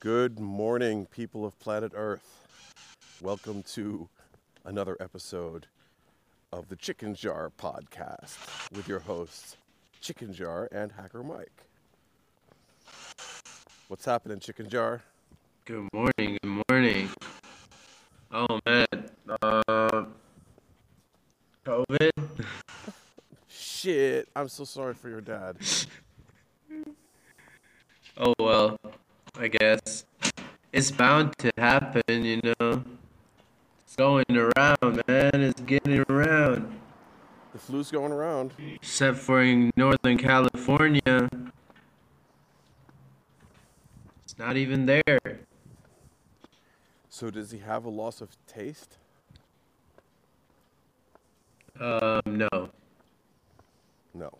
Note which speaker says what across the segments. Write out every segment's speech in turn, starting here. Speaker 1: Good morning, people of planet Earth. Welcome to another episode of the Chicken Jar Podcast with your hosts, Chicken Jar and Hacker Mike. What's happening, Chicken Jar?
Speaker 2: Good morning. Good morning. Oh man, uh, COVID.
Speaker 1: Shit, I'm so sorry for your dad.
Speaker 2: Oh well, I guess it's bound to happen. You know, it's going around, man. It's getting around.
Speaker 1: The flu's going around.
Speaker 2: Except for in Northern California, it's not even there.
Speaker 1: So, does he have a loss of taste?
Speaker 2: Um, no.
Speaker 1: No.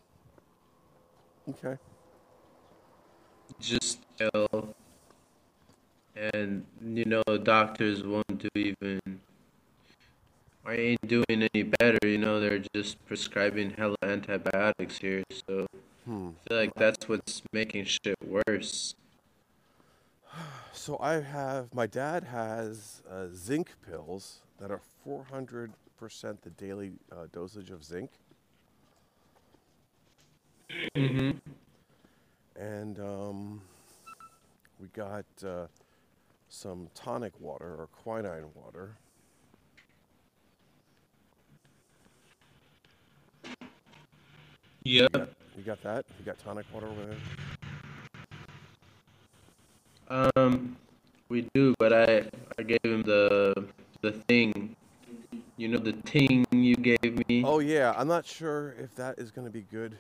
Speaker 1: Okay.
Speaker 2: just ill and you know doctors won't do even I ain't doing any better you know they're just prescribing hella antibiotics here so
Speaker 1: Hmm.
Speaker 2: I feel like that's what's making shit worse
Speaker 1: So I have my dad has uh, zinc pills that are 400% the daily uh, dosage of zinc,
Speaker 2: mm-hmm.
Speaker 1: and um, we got uh, some tonic water or quinine water.
Speaker 2: yep
Speaker 1: You got, you got that? You got tonic water over there?
Speaker 2: um we do but I I gave him the the thing you know the ting you gave me
Speaker 1: Oh yeah, I'm not sure if that is going to be good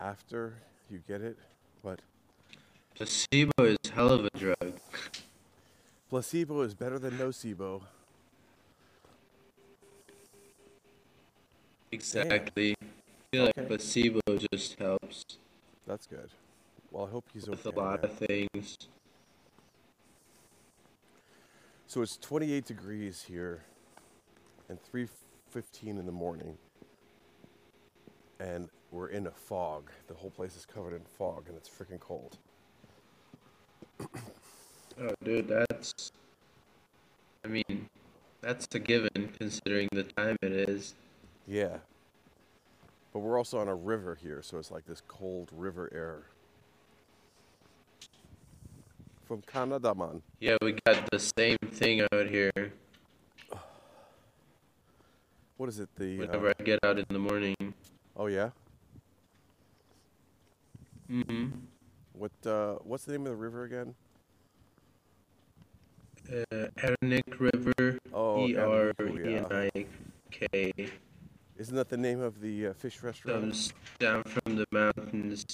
Speaker 1: after you get it, but
Speaker 2: placebo is hell of a drug
Speaker 1: placebo is better than nocebo.
Speaker 2: Exactly. I feel
Speaker 1: Okay.
Speaker 2: like placebo just helps
Speaker 1: That's good. Well, I hope he's
Speaker 2: with
Speaker 1: okay.
Speaker 2: a lot
Speaker 1: man.
Speaker 2: of things.
Speaker 1: So it's 28 degrees here and 3:15 in the morning. And we're in a fog. The whole place is covered in fog and it's freaking cold.
Speaker 2: Oh, dude, that's. I mean, that's a given considering the time it is.
Speaker 1: Yeah. But we're also on a river here, so it's like this cold river air. From Canada, man.
Speaker 2: Yeah, we got the same thing out here
Speaker 1: What is it? The uh,
Speaker 2: whenever I get out in the morning.
Speaker 1: Oh yeah.
Speaker 2: hmm
Speaker 1: What uh, what's the name of the river again?
Speaker 2: Uh, Ernick River,
Speaker 1: Oh,
Speaker 2: E R E N
Speaker 1: Ernick,
Speaker 2: I K,
Speaker 1: Isn't that the name of the uh, fish restaurant?
Speaker 2: comes down from the mountains.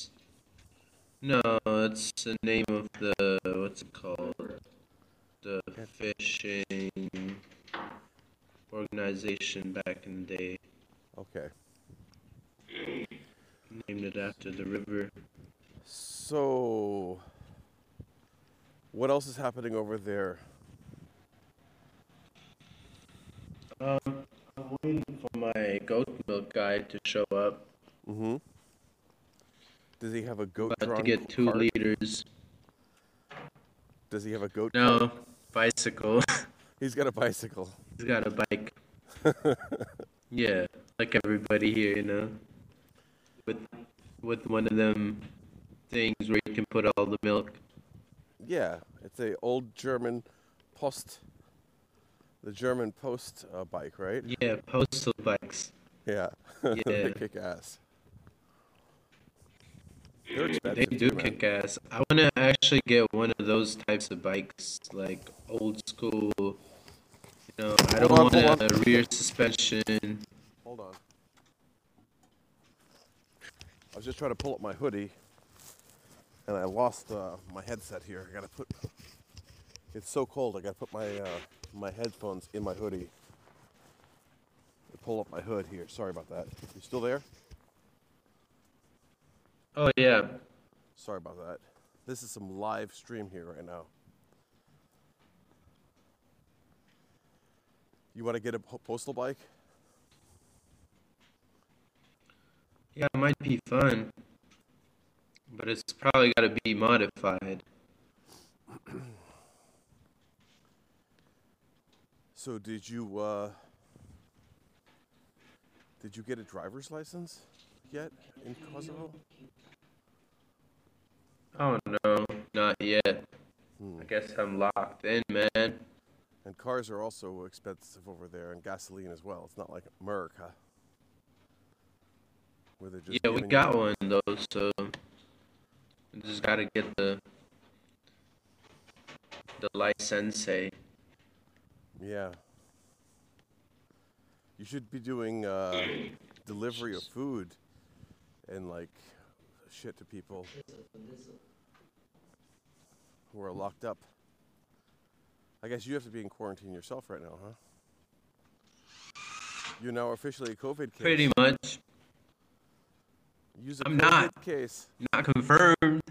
Speaker 2: No, it's the name of the what's it called? The
Speaker 1: Can't-
Speaker 2: fishing organization back in the day
Speaker 1: Okay.
Speaker 2: named it after the river.
Speaker 1: So, what else is happening over there?
Speaker 2: Um, I'm waiting for my goat milk guy to show up.
Speaker 1: Mm-hmm. Does he have a
Speaker 2: About to
Speaker 1: goat-drawn
Speaker 2: get two
Speaker 1: cart?
Speaker 2: liters.
Speaker 1: Does he have a goat cart?
Speaker 2: No, bicycle.
Speaker 1: He's got a bicycle.
Speaker 2: He's got a bike. Yeah, like everybody here, you know, with with one of them things where you can put all the milk.
Speaker 1: Yeah, it's a old German post, the German post uh, bike, right?
Speaker 2: Yeah, postal bikes.
Speaker 1: Yeah,
Speaker 2: Yeah.
Speaker 1: they kick ass. They're
Speaker 2: They
Speaker 1: expensive
Speaker 2: do
Speaker 1: too, man.
Speaker 2: kick ass. I want to actually get one of those types of bikes, like old school. You know, I
Speaker 1: Hold
Speaker 2: don't
Speaker 1: on,
Speaker 2: want
Speaker 1: hold
Speaker 2: a rear suspension.
Speaker 1: Hold on. I was just trying to pull up my hoodie, and I lost uh, my headset here. I gotta put. It's so cold. I gotta put my uh, my headphones in my hoodie. Pull up my hood here. Sorry about that. You still there?
Speaker 2: Oh yeah,
Speaker 1: Sorry about that. This is some live stream here right now. You want to get a po- postal bike?
Speaker 2: yeah, it might be fun, but it's probably got to be modified.
Speaker 1: so did you uh did you get a driver's license yet in Kosovo?
Speaker 2: Oh no, not yet.
Speaker 1: Hmm.
Speaker 2: I guess I'm locked in, man.
Speaker 1: And cars are also expensive over there, and gasoline as well. It's not like America, where they're just
Speaker 2: yeah, we
Speaker 1: giving you-
Speaker 2: got one though, so we just gotta get the the license. eh?
Speaker 1: Yeah. You should be doing uh, delivery of food and like shit to people who are locked up. I guess you have to be in quarantine yourself right now, huh? You're now officially a COVID case.
Speaker 2: Pretty much
Speaker 1: Use a
Speaker 2: I'm
Speaker 1: COVID
Speaker 2: not.
Speaker 1: case.
Speaker 2: not confirmed.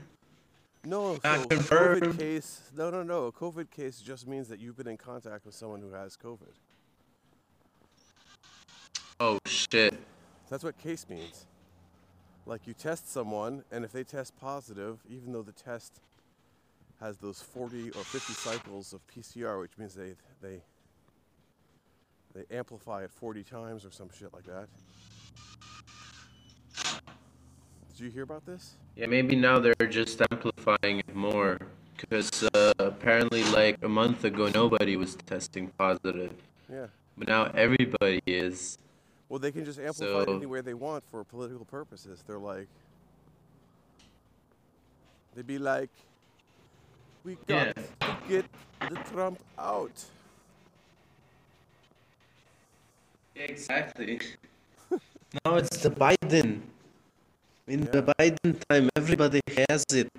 Speaker 1: No, so
Speaker 2: Not
Speaker 1: COVID
Speaker 2: confirmed.
Speaker 1: case. No, no, no. A COVID case just means that you've been in contact with someone who has COVID.
Speaker 2: Oh shit.
Speaker 1: That's what case means. Like you test someone, and if they test positive, even though the test has those 40 or 50 cycles of PCR, which means they they they amplify it 40 times or some shit like that. Did you hear about this?
Speaker 2: Yeah, maybe now they're just amplifying it more because uh, apparently, like a month ago, nobody was testing positive,
Speaker 1: Yeah.
Speaker 2: but now everybody is.
Speaker 1: Well, they can just amplify it
Speaker 2: So-
Speaker 1: any way they want for political purposes. They're like, they'd be like, we got
Speaker 2: Yeah.
Speaker 1: to get the Trump out.
Speaker 2: Exactly. now it's the Biden. In the Biden time, everybody has it.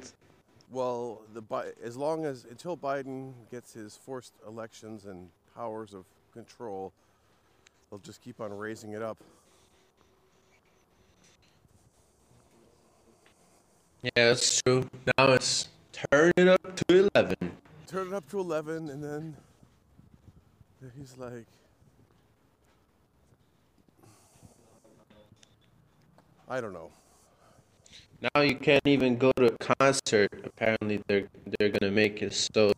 Speaker 1: Well, the Bi- as long as until Biden gets his forced elections and powers of control, they'll just keep on raising it up.
Speaker 2: Yeah, that's true. Now it's turn it up to 11.
Speaker 1: Turn it up to 11, and then he's like, I don't know.
Speaker 2: Now you can't even go to a concert. Apparently, they're they're gonna make it so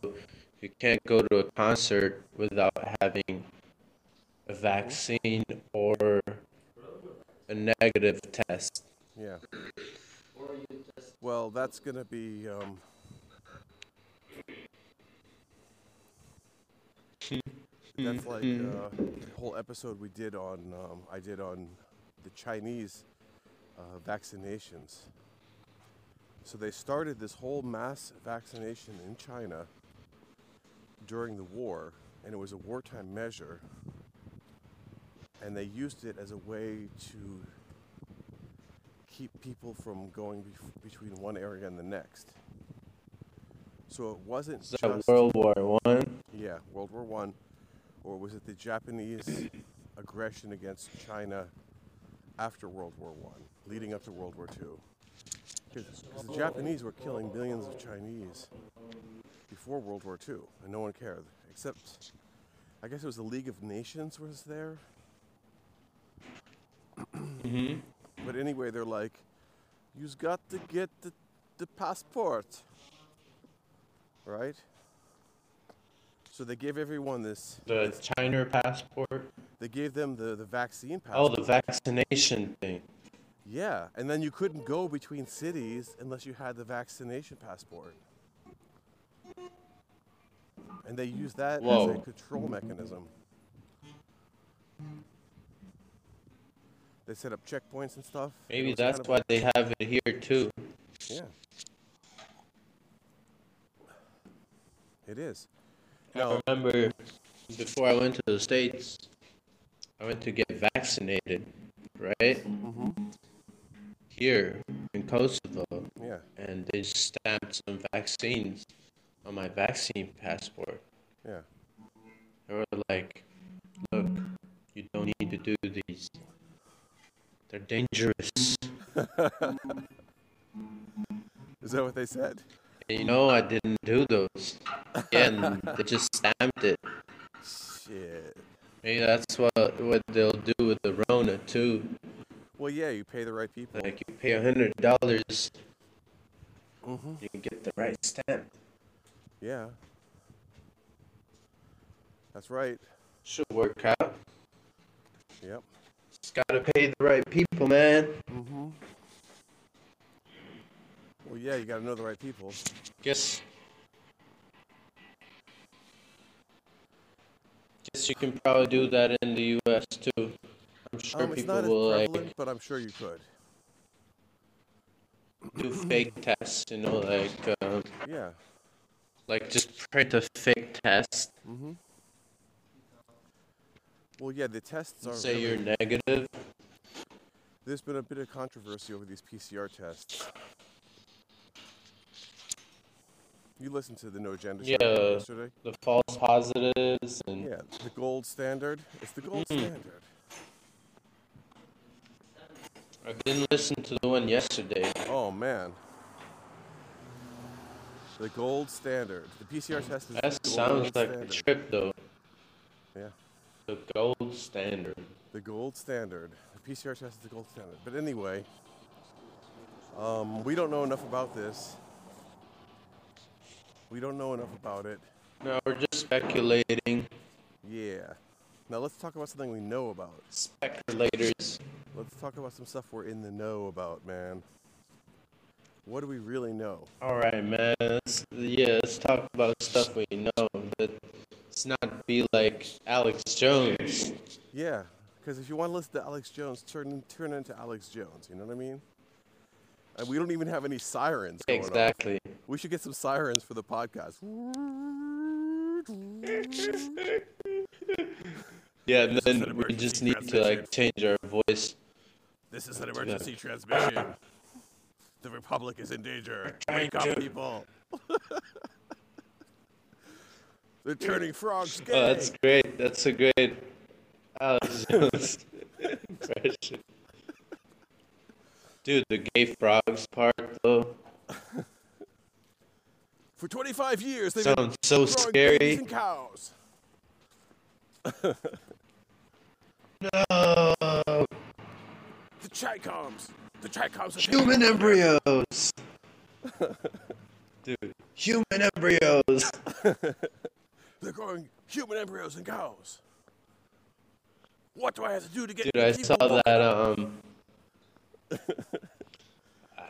Speaker 2: you can't go to a concert without having a vaccine or a negative test.
Speaker 1: Yeah. Well, that's gonna be. Um, that's like uh, the whole episode we did on. Um, I did on the Chinese uh, vaccinations. So they started this whole mass vaccination in China during the war, and it was a wartime measure. And they used it as a way to keep people from going bef- between one area and the next. So it wasn't
Speaker 2: So
Speaker 1: just
Speaker 2: World War One.
Speaker 1: yeah World War One, or was it the Japanese aggression against China after World War One, leading up to World War Two? Because the Japanese were killing millions of Chinese before World War Two, and no one cared except. I guess it was the League of Nations was there
Speaker 2: Mm-hmm.
Speaker 1: But anyway, they're like, you've got to get the, the passport. Right? So they gave everyone this,
Speaker 2: The
Speaker 1: this-
Speaker 2: China passport.
Speaker 1: they gave them the, the vaccine
Speaker 2: Oh,
Speaker 1: passport.
Speaker 2: the vaccination thing.
Speaker 1: Yeah, and then you couldn't go between cities unless you had the vaccination passport. And they use that as a
Speaker 2: Whoa.
Speaker 1: control mechanism. They set up checkpoints and stuff. It
Speaker 2: Maybe
Speaker 1: was kind
Speaker 2: that's
Speaker 1: of a-
Speaker 2: why they have it here too.
Speaker 1: Yeah. It is.
Speaker 2: I
Speaker 1: No.
Speaker 2: remember before I went to the States, I went to get vaccinated, right?
Speaker 1: Mm-hmm.
Speaker 2: Here in Kosovo,
Speaker 1: Yeah.
Speaker 2: and they stamped some vaccines on my vaccine passport.
Speaker 1: Yeah.
Speaker 2: They were like, look, you don't need to do these, they're dangerous.
Speaker 1: Is that what they said?
Speaker 2: And you know, I didn't do those. Yeah, and they just stamped it.
Speaker 1: Shit.
Speaker 2: Maybe that's what, what they'll do with the Rona too.
Speaker 1: Well, yeah, you pay the right people.
Speaker 2: Like you
Speaker 1: Mm-hmm.
Speaker 2: pay a hundred dollars, you can get the right stamp.
Speaker 1: Yeah. That's right.
Speaker 2: Should work out.
Speaker 1: Yep.
Speaker 2: Just gotta pay the right people, man.
Speaker 1: Mm-hmm. Well, yeah, you got to know the right people.
Speaker 2: Guess. Guess you can probably do that in the U.S. too. I'm sure
Speaker 1: Um, it's
Speaker 2: people
Speaker 1: not as
Speaker 2: will uh,
Speaker 1: prevalent,
Speaker 2: like
Speaker 1: but I'm sure you could.
Speaker 2: do fake tests, you know, like um,
Speaker 1: Yeah.
Speaker 2: like just print a fake test,
Speaker 1: Mm-hmm. Well, yeah, the tests are.
Speaker 2: say
Speaker 1: really-
Speaker 2: you're negative.
Speaker 1: There's been a bit of controversy over these PCR tests. You listened to the No Agenda show
Speaker 2: Yeah.
Speaker 1: yesterday.
Speaker 2: The false positives and
Speaker 1: Yeah, the gold standard. It's the gold
Speaker 2: Hmm.
Speaker 1: standard.
Speaker 2: I didn't listen to the one yesterday.
Speaker 1: Oh man. The gold standard. The PCR test is the
Speaker 2: That
Speaker 1: gold
Speaker 2: sounds like a
Speaker 1: standard.
Speaker 2: trip though.
Speaker 1: Yeah.
Speaker 2: The gold standard.
Speaker 1: The gold standard. The PCR test is the gold standard. But anyway, um, we don't know enough about this. We don't know enough about it.
Speaker 2: No, we're just speculating.
Speaker 1: Yeah. Now let's talk about something we know about.
Speaker 2: Speculators.
Speaker 1: Let's talk about some stuff we're in the know about, man. What do we really know?
Speaker 2: All right, man. Let's, yeah, let's talk about stuff we know. But let's not be like Alex Jones.
Speaker 1: Yeah, because if you want to listen to Alex Jones, turn turn into Alex Jones. You know what I mean? And we don't even have any sirens. Going On.
Speaker 2: Exactly.
Speaker 1: We should get some sirens for the podcast.
Speaker 2: Yeah, and
Speaker 1: an
Speaker 2: then we
Speaker 1: emergency
Speaker 2: just need to like change our voice.
Speaker 1: This is an emergency transmission. The Republic is in danger.
Speaker 2: trying
Speaker 1: Wake up,
Speaker 2: to-
Speaker 1: people! They're turning frogs gay.
Speaker 2: Oh, that's great. That's a great Alex Jones impression. Dude, the gay frogs part though
Speaker 1: for 25 years, they've been
Speaker 2: sounds so
Speaker 1: throwing babies
Speaker 2: scary.
Speaker 1: and cows.
Speaker 2: No,
Speaker 1: The Chicoms. The Chicoms. are taking
Speaker 2: human embryos. Dude, human embryos.
Speaker 1: They're growing human embryos and cows. What do I have to do to get?
Speaker 2: Dude, I
Speaker 1: people
Speaker 2: saw
Speaker 1: walking?
Speaker 2: that. Um,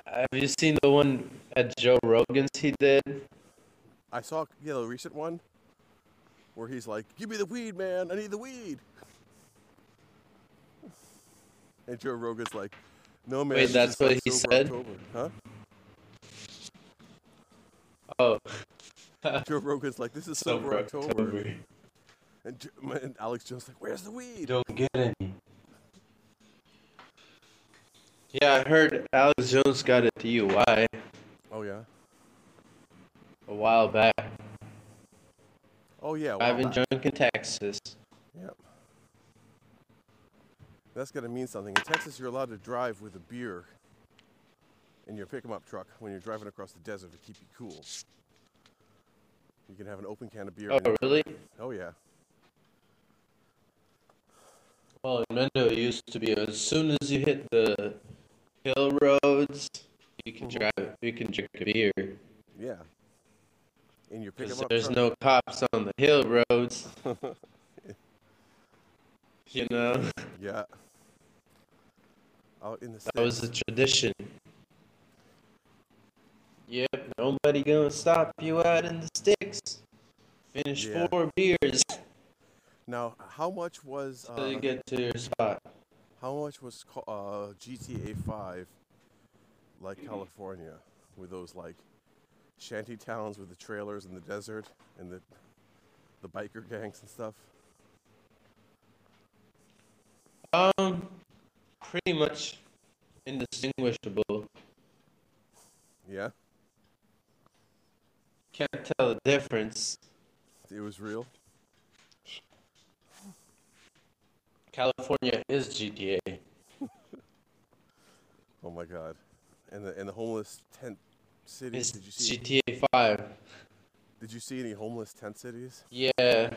Speaker 2: have you seen the one at Joe Rogan's he did?
Speaker 1: I saw you know, the recent one where he's like, "Give me the weed, man. I need the weed." And Joe Rogan's like, "No, man."
Speaker 2: Wait,
Speaker 1: this
Speaker 2: that's
Speaker 1: is
Speaker 2: what he
Speaker 1: October,
Speaker 2: said?
Speaker 1: October." Huh?
Speaker 2: Oh,
Speaker 1: Joe Rogan's like, "This is sober
Speaker 2: Sober
Speaker 1: October."
Speaker 2: October.
Speaker 1: And, Jo- and Alex Jones like, "Where's the weed?"
Speaker 2: don't get any. Yeah, I heard Alex Jones got a DUI
Speaker 1: Oh yeah.
Speaker 2: a while back.
Speaker 1: Oh yeah. wow,
Speaker 2: Driving
Speaker 1: that-
Speaker 2: drunk in Texas.
Speaker 1: Yep. That's gonna mean something. In Texas, you're allowed to drive with a beer in your pick-em-up truck when you're driving across the desert to keep you cool. You can have an open can of beer.
Speaker 2: Oh,
Speaker 1: in your-
Speaker 2: really?
Speaker 1: oh yeah.
Speaker 2: Well, in Mendo it used to be as soon as you hit the hill roads, you can drive. You can drink a beer.
Speaker 1: Yeah. In your
Speaker 2: 'Cause
Speaker 1: pick-em-up
Speaker 2: there's
Speaker 1: truck.
Speaker 2: no cops on the hill roads. you know,
Speaker 1: yeah. Out in the
Speaker 2: that
Speaker 1: sticks.
Speaker 2: was a tradition. Yep, nobody gonna stop you out in the sticks. Finish
Speaker 1: Yeah.
Speaker 2: four beers
Speaker 1: Now, how much was
Speaker 2: till
Speaker 1: uh,
Speaker 2: you get to your spot.
Speaker 1: how much was co- uh, GTA 5 like
Speaker 2: Mm-hmm.
Speaker 1: California with those like shanty towns with the trailers in the desert and the the biker gangs and stuff?
Speaker 2: Um, pretty much indistinguishable.
Speaker 1: Yeah,
Speaker 2: Can't tell the difference.
Speaker 1: it was real.
Speaker 2: California is GTA.
Speaker 1: Oh my god. And the and the homeless tent cities.
Speaker 2: It's
Speaker 1: Did you see
Speaker 2: GTA 5.
Speaker 1: did you see any homeless tent cities?
Speaker 2: Yeah.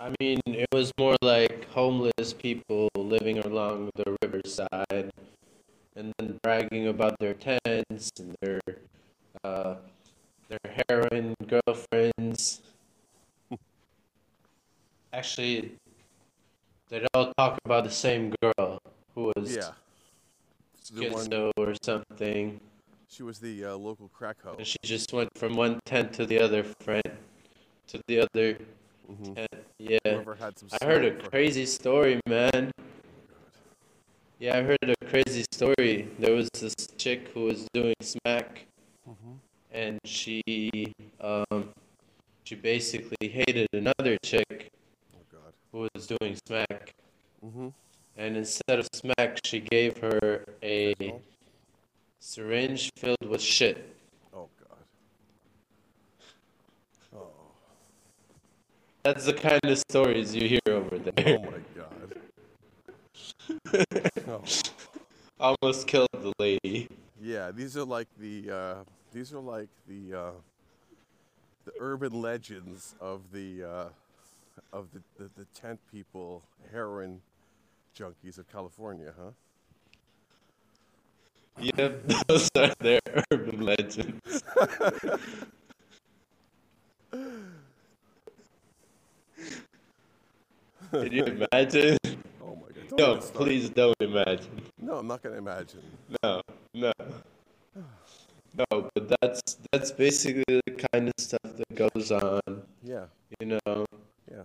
Speaker 2: I mean, it was more like homeless people living along the riverside and then bragging about their tents and their uh, their heroin girlfriends. Actually, they'd all talk about the same girl who was
Speaker 1: Yeah. The one,
Speaker 2: schizo or something,
Speaker 1: she was the uh, local crack hoe.
Speaker 2: and she just went from one tent to the other friend to the other
Speaker 1: Mhm.
Speaker 2: tent. Yeah.
Speaker 1: Whoever had some
Speaker 2: I heard
Speaker 1: smoke
Speaker 2: a
Speaker 1: for-
Speaker 2: crazy story, man. Yeah, I heard a crazy story. There was this chick who was doing smack, and she um, she basically hated another chick
Speaker 1: Oh, God.
Speaker 2: who was doing smack,
Speaker 1: Mm-hmm.
Speaker 2: and instead of smack, she gave her a syringe filled with shit.
Speaker 1: Oh, God. Oh.
Speaker 2: That's the kind of stories you hear over
Speaker 1: Oh
Speaker 2: there.
Speaker 1: my god. Oh,
Speaker 2: Almost killed the lady.
Speaker 1: yeah, these are like the uh, these are like the uh, the urban legends of the uh, of the, the, the tent people, heroin junkies of California, huh?
Speaker 2: Yep, those are their urban legends. Can you imagine?
Speaker 1: Oh my god. Don't
Speaker 2: No,
Speaker 1: even start.
Speaker 2: please don't imagine.
Speaker 1: No, I'm not gonna imagine.
Speaker 2: No, no, no. But that's that's basically the kind of stuff that goes on,
Speaker 1: Yeah,
Speaker 2: you know,
Speaker 1: yeah.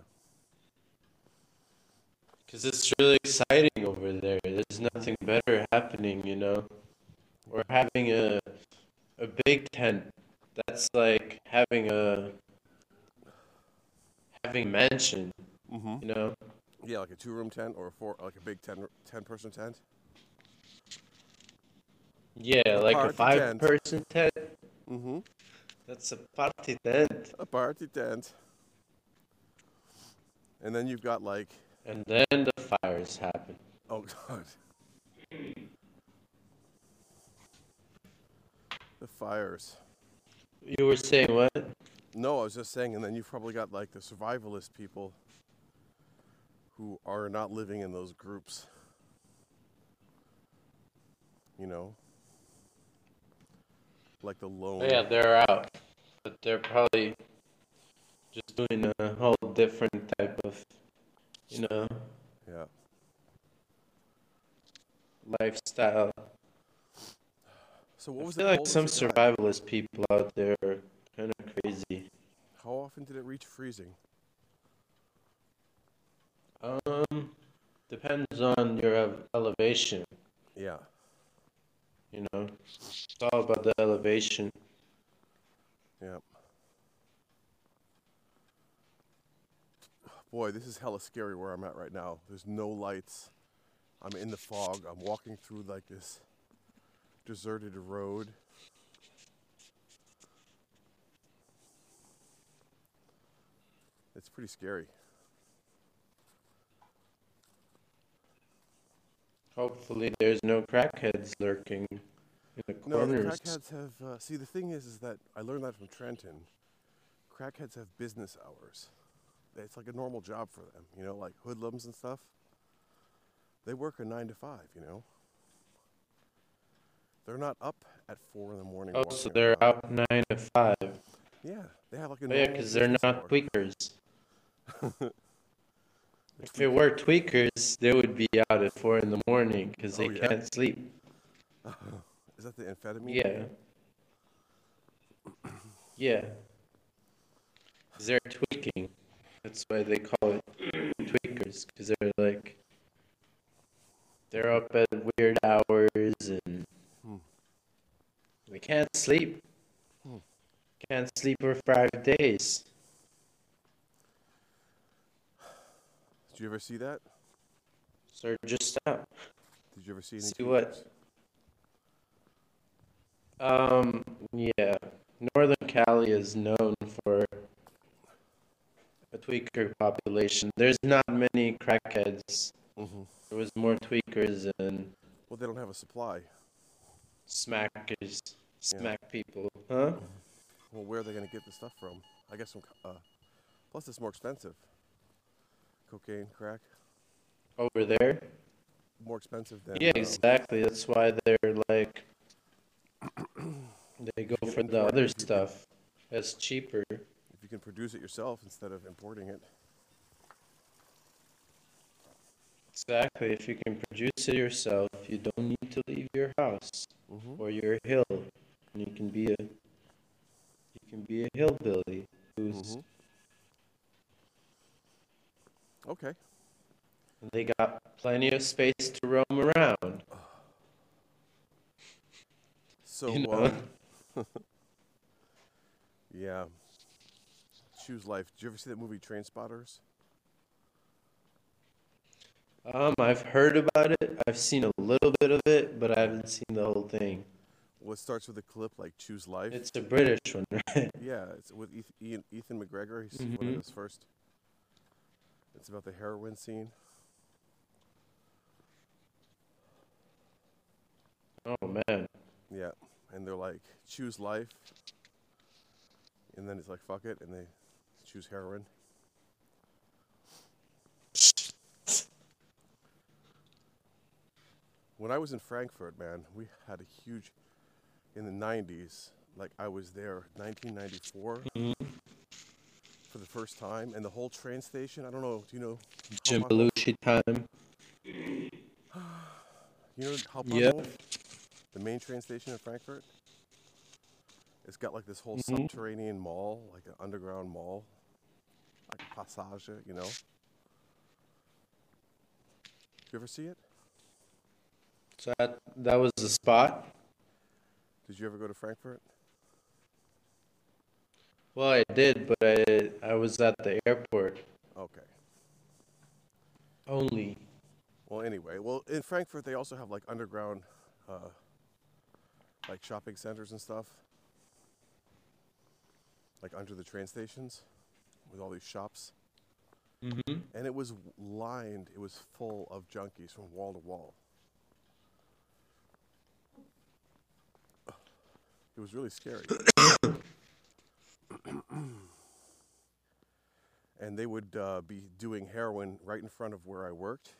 Speaker 2: because it's really exciting over there. There's nothing better happening, you know. We're having a a big tent. That's like having a having a mansion,
Speaker 1: Mm-hmm.
Speaker 2: you know.
Speaker 1: Yeah, like a two room tent or a four like a big ten ten person tent.
Speaker 2: Yeah, like a
Speaker 1: party tent.
Speaker 2: five-person tent.
Speaker 1: Mm-hmm.
Speaker 2: That's a party tent.
Speaker 1: A party tent. And then you've got like
Speaker 2: And then the fires happen.
Speaker 1: Oh God. The fires.
Speaker 2: You were saying what?
Speaker 1: No, I was just saying, and then you've probably got like the survivalist people who are not living in those groups. You know? Like the lone.
Speaker 2: Oh, yeah, they're out, but they're probably just doing a whole different type of, you know,
Speaker 1: Yeah.
Speaker 2: lifestyle.
Speaker 1: So what
Speaker 2: I
Speaker 1: was
Speaker 2: feel
Speaker 1: the
Speaker 2: like
Speaker 1: coldest
Speaker 2: some
Speaker 1: you got?
Speaker 2: survivalist people out there are kind of crazy.
Speaker 1: How often did it reach freezing?
Speaker 2: Um, depends on your ev- elevation.
Speaker 1: Yeah.
Speaker 2: You know, it's all about the elevation.
Speaker 1: Yeah. Boy, this is hella scary where I'm at right now. There's no lights. I'm in the fog. I'm walking through like this deserted road. It's pretty scary.
Speaker 2: Hopefully, there's no crackheads lurking in the
Speaker 1: No, the
Speaker 2: corners.
Speaker 1: crackheads have. Uh, see, the thing is, is that I learned that from Trenton. Crackheads have business hours. It's like a normal job for them, you know, like hoodlums and stuff. They work a nine to five, you know. They're not up at four in the morning.
Speaker 2: oh,
Speaker 1: walking
Speaker 2: so they're
Speaker 1: around.
Speaker 2: out nine to five. Oh,
Speaker 1: Yeah, they have like a.
Speaker 2: yeah,
Speaker 1: normal
Speaker 2: because they're
Speaker 1: business
Speaker 2: not
Speaker 1: hour.
Speaker 2: tweakers. if it were tweakers, they would be out at four in the morning because they
Speaker 1: Oh, yeah?
Speaker 2: can't sleep.
Speaker 1: Is that the amphetamine?
Speaker 2: Yeah. Yeah. 'Cause They're tweaking. That's why they call it tweakers, because they're like, they're up at weird hours and they can't sleep. Can't sleep for five days.
Speaker 1: Did you ever see that?
Speaker 2: So they're just out.
Speaker 1: Did you ever see any?
Speaker 2: See what? Um, yeah. Northern Cali is known for a tweaker population. There's not many crackheads.
Speaker 1: Mm-hmm.
Speaker 2: There was more tweakers and
Speaker 1: Well, they don't have a supply.
Speaker 2: smackers,
Speaker 1: Yeah. Mm-hmm.
Speaker 2: smack people, huh?
Speaker 1: Well, where are they going to get the stuff from? I guess some. co- Uh, plus, it's more expensive. Cocaine, crack,
Speaker 2: Over there.
Speaker 1: more expensive than.
Speaker 2: Yeah,
Speaker 1: um,
Speaker 2: exactly. That's why they're like they go
Speaker 1: you
Speaker 2: for
Speaker 1: can
Speaker 2: the
Speaker 1: work
Speaker 2: other
Speaker 1: if you can-
Speaker 2: stuff. That's cheaper.
Speaker 1: If you can produce it yourself instead of importing it.
Speaker 2: Exactly. If you can produce it yourself, you don't need to leave your house
Speaker 1: Mhm.
Speaker 2: or your hill. And you can be a you can be a hillbilly who's
Speaker 1: Mhm. Okay.
Speaker 2: they got plenty of space to roam around.
Speaker 1: So,
Speaker 2: You know?
Speaker 1: um, yeah. Choose life. Did you ever see that movie Train Spotters?
Speaker 2: Um, I've heard about it. I've seen a little bit of it, but I haven't seen the whole thing.
Speaker 1: Well, it starts with a clip like Choose Life.
Speaker 2: It's a British one, right?
Speaker 1: yeah, it's with Eth- Ian, Ethan McGregor. He's one of
Speaker 2: Mhm.
Speaker 1: his first. It's about the heroin scene.
Speaker 2: Oh man.
Speaker 1: Yeah, and they're like, choose life. And then it's like, fuck it, and they choose heroin. When I was in Frankfurt, man, we had a huge, in the 90s, like I was there 1994 for the first time, and the whole train station, I don't know, do you know,
Speaker 2: Jim
Speaker 1: much-
Speaker 2: Belushi time.
Speaker 1: you know how
Speaker 2: Yeah.
Speaker 1: the main train station in Frankfurt? It's got like this whole
Speaker 2: Mhm.
Speaker 1: subterranean mall, like an underground mall, like a passage, you know. You ever see it?
Speaker 2: So that that was the spot.
Speaker 1: Did you ever go to Frankfurt?
Speaker 2: Well, I did, but I I was at the airport
Speaker 1: Okay.
Speaker 2: only.
Speaker 1: Well, anyway, well in Frankfurt they also have like underground, uh, like shopping centers and stuff, like under the train stations, with all these shops.
Speaker 2: Mm-hmm.
Speaker 1: and it was w- lined it was full of junkies from wall to wall it was really scary and they would uh, be doing heroin right in front of where i worked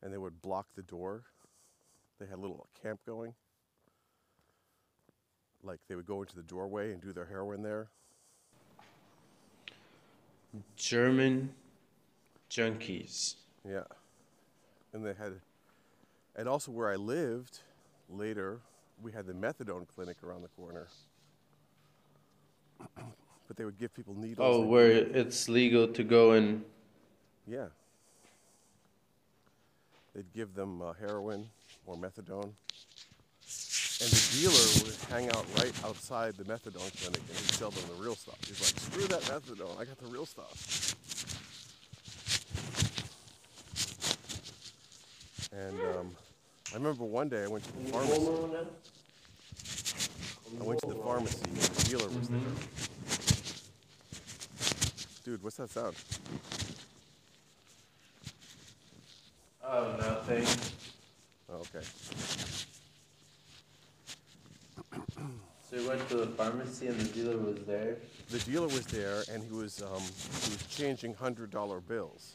Speaker 1: and they would block the door they had a little camp going like they would go into the doorway and do their heroin there
Speaker 2: German junkies.
Speaker 1: Yeah. And they had, and also where I lived later, we had the methadone clinic around the corner. but they would give people needles.
Speaker 2: Oh,
Speaker 1: they-
Speaker 2: where it's legal to go and
Speaker 1: Yeah. They'd give them uh, heroin or methadone. And the dealer would hang out right outside the methadone clinic and he'd sell them the real stuff. He's like, screw that methadone, I got the real stuff. And um, I remember one day I went to the pharmacy.
Speaker 2: Oh,
Speaker 1: I went to the pharmacy and the dealer was there. Dude, what's that sound?
Speaker 2: Oh, nothing.
Speaker 1: Oh, okay.
Speaker 2: So you went to the pharmacy and the dealer was there.
Speaker 1: the dealer was there and he was um, he was changing hundred dollar bills.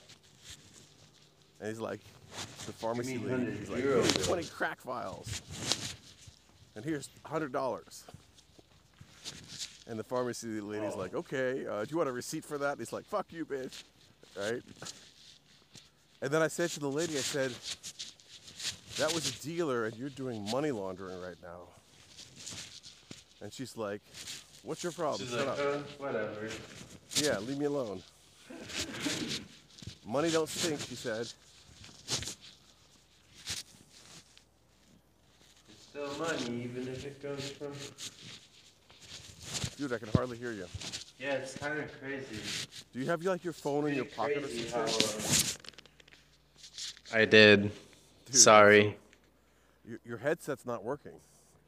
Speaker 1: And he's like, the pharmacy
Speaker 2: mean
Speaker 1: lady, he's like,
Speaker 2: €100
Speaker 1: here's
Speaker 2: bills.
Speaker 1: twenty crack files, and here's hundred dollars. And the pharmacy lady's
Speaker 2: Oh.
Speaker 1: like, okay, uh, do you want a receipt for that? And he's like, fuck you, bitch, right? And then I said to the lady, I said, that was a dealer, and you're doing money laundering right now. And she's like, what's your problem? Shut up.
Speaker 2: "Uh, whatever.
Speaker 1: Yeah, leave me alone. Money don't stink, she said.
Speaker 2: It's still money, even if it comes from.
Speaker 1: Dude, I can hardly hear you.
Speaker 2: Yeah, it's kind of crazy.
Speaker 1: Do you have like your phone in your pocket or
Speaker 2: Crazy
Speaker 1: something?
Speaker 2: how, uh, I did.
Speaker 1: Dude,
Speaker 2: Sorry.
Speaker 1: Your, your headset's not working.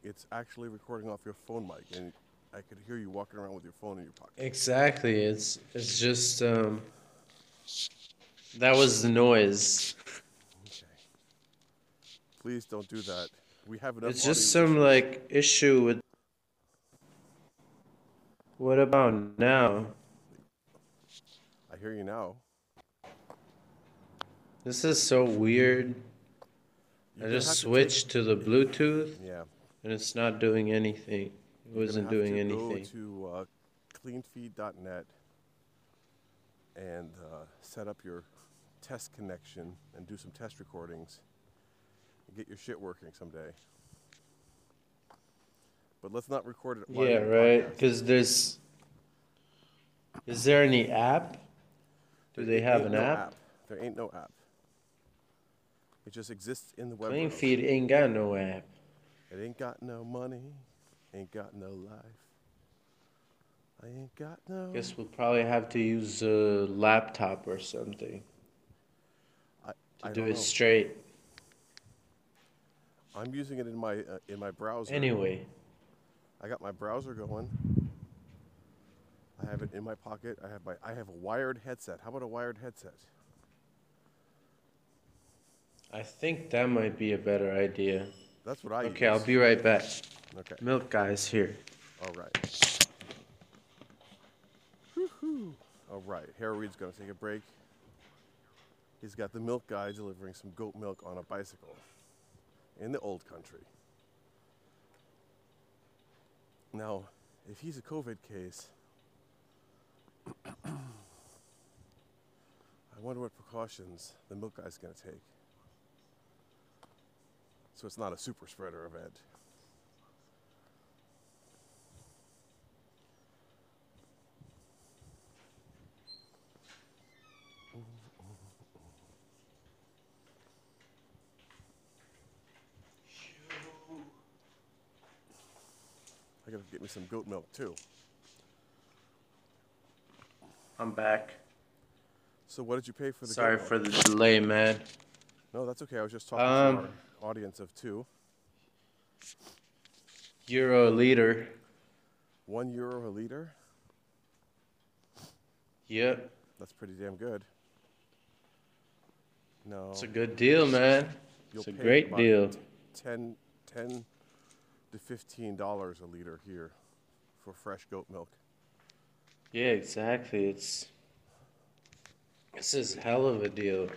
Speaker 1: It's actually recording off your phone mic, and I could hear you walking around with your phone in your pocket.
Speaker 2: Exactly. It's it's just um. That was the noise.
Speaker 1: Okay. Please don't do that. We have enough.
Speaker 2: It's just
Speaker 1: audio-
Speaker 2: some like issue with. What about now?
Speaker 1: I hear you now.
Speaker 2: This is so weird.
Speaker 1: You're
Speaker 2: I
Speaker 1: gonna
Speaker 2: just
Speaker 1: have to take-
Speaker 2: switched to the Bluetooth
Speaker 1: Yeah.
Speaker 2: and it's not doing anything.
Speaker 1: You're gonna
Speaker 2: wasn't
Speaker 1: have
Speaker 2: doing
Speaker 1: to
Speaker 2: anything.
Speaker 1: Go to uh, cleanfeed.net and uh, set up your test connection and do some test recordings and get your shit working someday. But let's not record it. while
Speaker 2: yeah,
Speaker 1: you're
Speaker 2: right.
Speaker 1: podcasting.
Speaker 2: Because there's. Is there any app? Do they
Speaker 1: There
Speaker 2: have
Speaker 1: ain't
Speaker 2: an
Speaker 1: no
Speaker 2: app?
Speaker 1: There ain't no app. It just exists in the web.
Speaker 2: Plain
Speaker 1: browser.
Speaker 2: feed ain't got no app.
Speaker 1: It ain't got no money, ain't got no life. I ain't got no.
Speaker 2: Guess we'll probably have to use a laptop or something
Speaker 1: I,
Speaker 2: to
Speaker 1: I
Speaker 2: do
Speaker 1: don't
Speaker 2: it
Speaker 1: know.
Speaker 2: straight.
Speaker 1: I'm using it in my uh, in my browser.
Speaker 2: Anyway,
Speaker 1: I got my browser going. I have it in my pocket. I have my I have a wired headset. How about a wired headset?
Speaker 2: I think that might be a better idea.
Speaker 1: That's what I
Speaker 2: Okay,
Speaker 1: use.
Speaker 2: I'll be right back.
Speaker 1: Okay.
Speaker 2: Milk guy's here.
Speaker 1: All right. All right. Harold's going to take a break. He's got the milk guy delivering some goat milk on a bicycle in the old country. Now, if he's a COVID case, I wonder what precautions the milk guy's going to take. So it's not a super spreader event. I gotta get me some goat milk too.
Speaker 2: I'm back.
Speaker 1: So what did you pay for the?
Speaker 2: Sorry
Speaker 1: goat
Speaker 2: for
Speaker 1: milk?
Speaker 2: the delay, man.
Speaker 1: No, that's okay. I was just talking to
Speaker 2: Um,
Speaker 1: our audience of two.
Speaker 2: Euro leader.
Speaker 1: One euro a liter.
Speaker 2: Yep.
Speaker 1: That's pretty damn good. No,
Speaker 2: It's a good deal, man.
Speaker 1: you'll
Speaker 2: It's a
Speaker 1: pay
Speaker 2: great
Speaker 1: about
Speaker 2: deal.
Speaker 1: 10, 10 to fifteen dollars a liter here for fresh goat milk.
Speaker 2: Yeah, exactly. It's this is hell of a deal.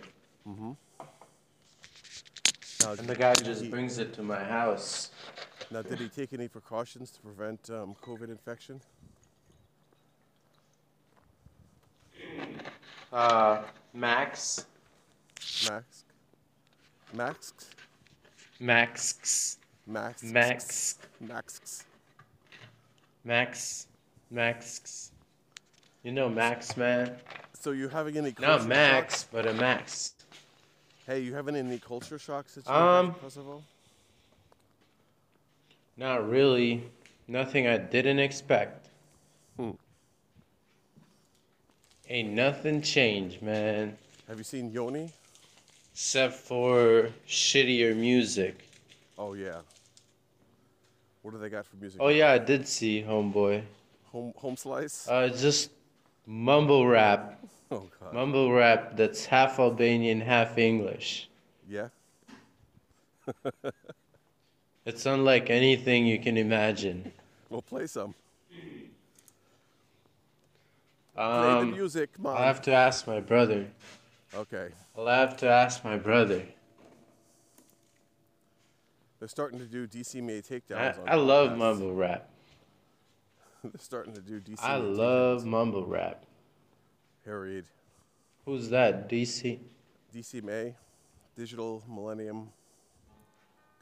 Speaker 1: Now,
Speaker 2: And the guy
Speaker 1: did
Speaker 2: just
Speaker 1: he-
Speaker 2: brings it to my house.
Speaker 1: now, did he take any precautions to prevent um, COVID infection?
Speaker 2: Uh, Max.
Speaker 1: Max, Max,
Speaker 2: Max.
Speaker 1: Max,
Speaker 2: Max.
Speaker 1: Max.
Speaker 2: Max. Max. You know Max, man.
Speaker 1: So you having any? culture
Speaker 2: Not
Speaker 1: shock?
Speaker 2: Max, but a Max.
Speaker 1: Hey, you having any culture shock situations,
Speaker 2: Um,
Speaker 1: Percival?
Speaker 2: Not really. Nothing I didn't expect.
Speaker 1: Hmm.
Speaker 2: Ain't nothing changed, man.
Speaker 1: Have you seen Yoni?
Speaker 2: Except for shittier music.
Speaker 1: Oh yeah. What do they got for music?
Speaker 2: Oh yeah, I did see Homeboy.
Speaker 1: Home Home Slice.
Speaker 2: Uh, just mumble rap,
Speaker 1: oh god.
Speaker 2: mumble rap that's half Albanian, half English.
Speaker 1: yeah.
Speaker 2: It's unlike anything you can imagine.
Speaker 1: We'll play some. Play the
Speaker 2: Um,
Speaker 1: music, mom.
Speaker 2: I'll have to ask my brother.
Speaker 1: Okay.
Speaker 2: I'll have to ask my brother.
Speaker 1: They're starting to do DCMA
Speaker 2: I,
Speaker 1: takedowns. on
Speaker 2: I love
Speaker 1: podcasts.
Speaker 2: mumble rap.
Speaker 1: They're starting to do DCMA.
Speaker 2: I
Speaker 1: takedowns.
Speaker 2: love mumble rap.
Speaker 1: Harried.
Speaker 2: Who's that? DC?
Speaker 1: DCMA, Digital Millennium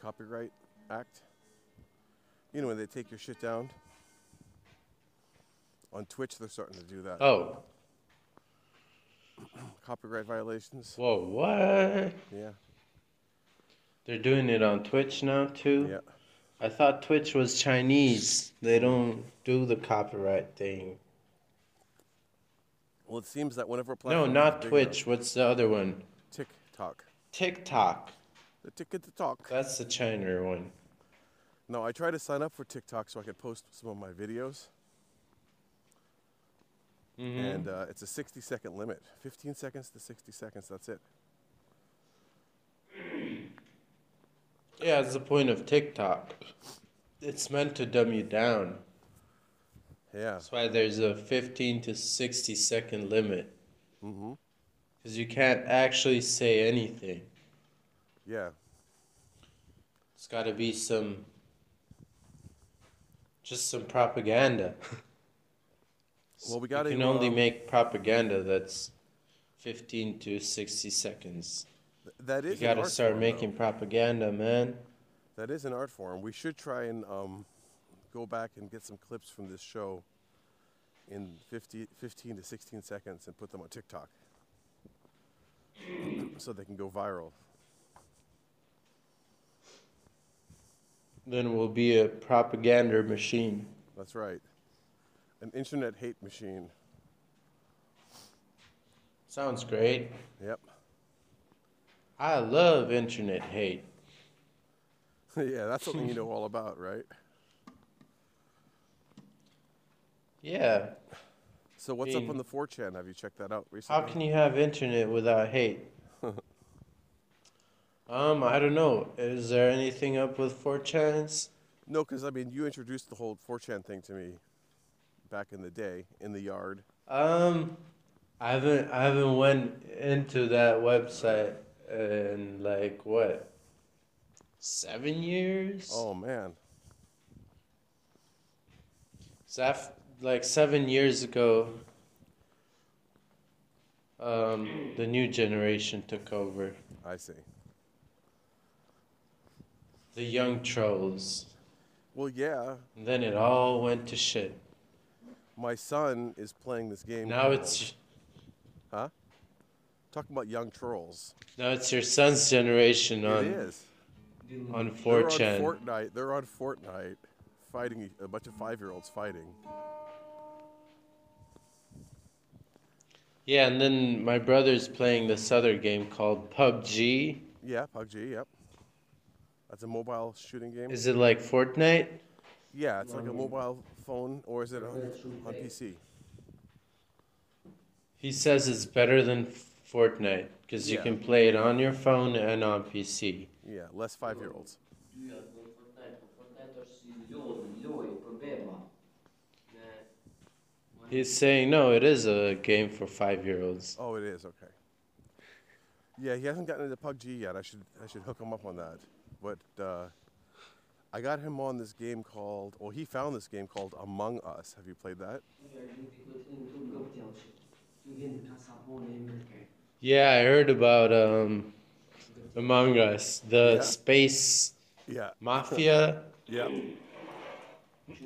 Speaker 1: Copyright Act. You know when they take your shit down. On Twitch, they're starting to do that.
Speaker 2: Oh,
Speaker 1: Copyright violations.
Speaker 2: whoa, what?
Speaker 1: Yeah.
Speaker 2: They're doing it on Twitch now too?
Speaker 1: Yeah.
Speaker 2: I thought Twitch was Chinese. They don't do the copyright thing.
Speaker 1: Well, it seems that whenever a
Speaker 2: No,
Speaker 1: platform
Speaker 2: not
Speaker 1: is big
Speaker 2: Twitch. What's the other one?
Speaker 1: enough- TikTok,
Speaker 2: TikTok.
Speaker 1: the ticket to talk.
Speaker 2: That's the China one.
Speaker 1: No, I try to sign up for TikTok so I could post some of my videos,
Speaker 2: Mm-hmm.
Speaker 1: and uh, it's a 60-second limit, 15 seconds to 60 seconds. That's it.
Speaker 2: Yeah, that's the point of TikTok. It's meant to dumb you down.
Speaker 1: Yeah.
Speaker 2: That's why there's a 15 to 60 second limit. Because you can't actually say anything.
Speaker 1: Yeah.
Speaker 2: It's got to be some just some propaganda.
Speaker 1: Well, we gotta,
Speaker 2: You can only
Speaker 1: um,
Speaker 2: make propaganda that's 15 to 60 seconds.
Speaker 1: Th- That
Speaker 2: You
Speaker 1: is an
Speaker 2: gotta
Speaker 1: art
Speaker 2: start
Speaker 1: form, though.
Speaker 2: making propaganda, man.
Speaker 1: That is an art form. We should try and um, go back and get some clips from this show in 50, 15 to 16 seconds and put them on TikTok so they can go viral.
Speaker 2: Then we'll be a propaganda machine.
Speaker 1: That's right. An internet hate machine.
Speaker 2: Sounds great.
Speaker 1: Yep.
Speaker 2: I love internet hate.
Speaker 1: yeah, that's something you know all about, right?
Speaker 2: Yeah.
Speaker 1: So what's up
Speaker 2: Being-
Speaker 1: on the 4chan? Have you checked that out
Speaker 2: Mm. How
Speaker 1: recently?
Speaker 2: can you have internet without hate? um, I don't know. Is there anything up with 4chans?
Speaker 1: No, because I mean, you introduced the whole 4chan thing to me back in the day in the yard.
Speaker 2: Um, I haven't I haven't went into that website in like what? Seven years?
Speaker 1: Oh man,
Speaker 2: So af like seven years ago, um, the new generation took over.
Speaker 1: I see.
Speaker 2: The young trolls.
Speaker 1: Well, yeah,
Speaker 2: And then it all went to shit.
Speaker 1: my son is playing this game.
Speaker 2: Now
Speaker 1: called-
Speaker 2: it's
Speaker 1: huh? Talking about young trolls.
Speaker 2: now it's your son's generation
Speaker 1: it
Speaker 2: on
Speaker 1: is.
Speaker 2: on
Speaker 1: They're
Speaker 2: 4chan.
Speaker 1: on Fortnite. They're on Fortnite, fighting e- a bunch of five-year-olds fighting.
Speaker 2: Yeah, and then my brother's playing this other game called PUBG.
Speaker 1: Yeah, PUBG. Yep. That's a mobile shooting game.
Speaker 2: Is it like Fortnite?
Speaker 1: yeah, it's like a mobile phone, or is it on, on PC?
Speaker 2: He says it's better than Fortnite because you
Speaker 1: Yeah.
Speaker 2: can play it on your phone and on PC.
Speaker 1: Yeah, less five-year-olds.
Speaker 3: Io con Fortnite, con Fortnite ho soluzioni, lui il problema. Eh,
Speaker 2: He's saying no, it is a game for five-year-olds.
Speaker 1: Oh, it is okay. Yeah, he hasn't gotten into PUBG yet. I should I should hook him up on that. But uh, I got him on this game called, well, he found this game called Among Us. Have you played that?
Speaker 2: Yeah, I heard about um, Among Us, the
Speaker 1: Yeah.
Speaker 2: space
Speaker 1: Yeah.
Speaker 2: mafia.
Speaker 1: Yeah.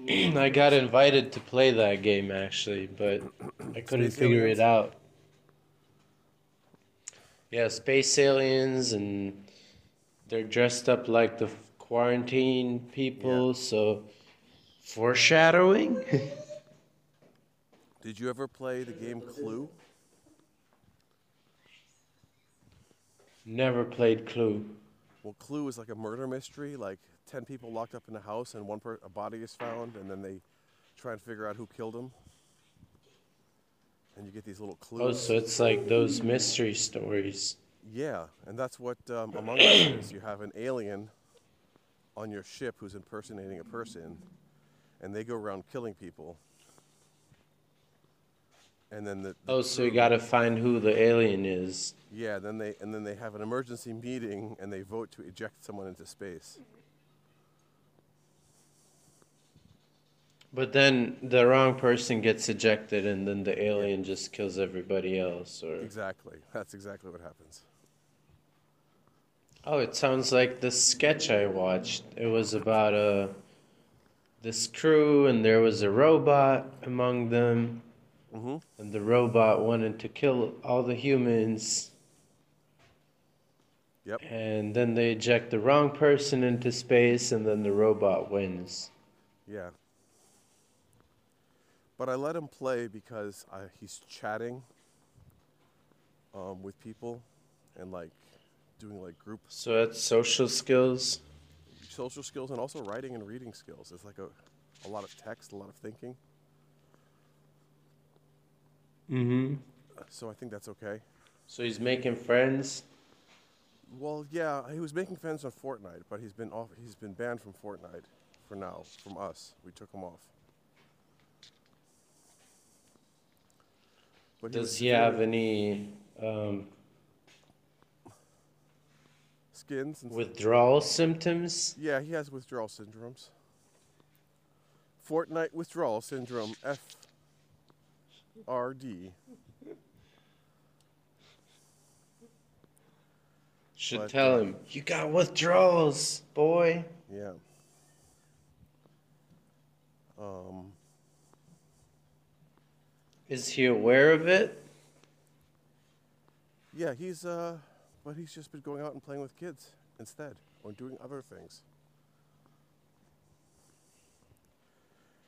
Speaker 2: I got invited to play that game actually, but I couldn't
Speaker 1: Space
Speaker 2: figure
Speaker 1: aliens?
Speaker 2: it out. Yeah, space aliens, and they're dressed up like the quarantine people, so foreshadowing?
Speaker 1: Did you ever play the game Clue?
Speaker 2: Never played Clue.
Speaker 1: Well, Clue is like a murder mystery. Like ten people locked up in a house, and one per- a body is found, and then they try and figure out who killed him. And you get these little
Speaker 2: Oh,
Speaker 1: clues.
Speaker 2: so it's like those mystery stories.
Speaker 1: Yeah, and that's what um, Among Us is. You have an alien on your ship who's impersonating a person, and they go around killing people. And then the, the
Speaker 2: Oh, so you gotta find who the alien is.
Speaker 1: yeah, then they and then they have an emergency meeting and they vote to eject someone into space.
Speaker 2: But then the wrong person gets ejected, and then the alien just kills everybody else, or.
Speaker 1: Exactly. That's exactly what happens.
Speaker 2: Oh, it sounds like the sketch I watched. It was about uh, this crew, and there was a robot among them,
Speaker 1: Mhm.
Speaker 2: and the robot wanted to kill all the humans,
Speaker 1: Yep.
Speaker 2: and then they eject the wrong person into space, and then the robot wins.
Speaker 1: Yeah. But I let him play because I, he's chatting um, with people and like doing like group
Speaker 2: So that's social skills.
Speaker 1: social skills and also writing and reading skills. It's like a, a lot of text, a lot of thinking.
Speaker 2: Mm-hmm.
Speaker 1: So I think that's okay.
Speaker 2: So he's making friends.
Speaker 1: Well, yeah, he was making friends on Fortnite, but he's been off. He's been banned from Fortnite for now. From us, we took him off. But
Speaker 2: Does
Speaker 1: was
Speaker 2: he have
Speaker 1: doing
Speaker 2: any um,
Speaker 1: skins? And s-
Speaker 2: withdrawal symptoms?
Speaker 1: yeah, he has withdrawal syndromes. Fortnite withdrawal syndrome, FRD.
Speaker 2: Should
Speaker 1: But,
Speaker 2: tell
Speaker 1: uh,
Speaker 2: him you got withdrawals, boy.
Speaker 1: Yeah. Um,
Speaker 2: Is he aware of it?
Speaker 1: yeah, he's uh, but he's just been going out and playing with kids instead, or doing other things.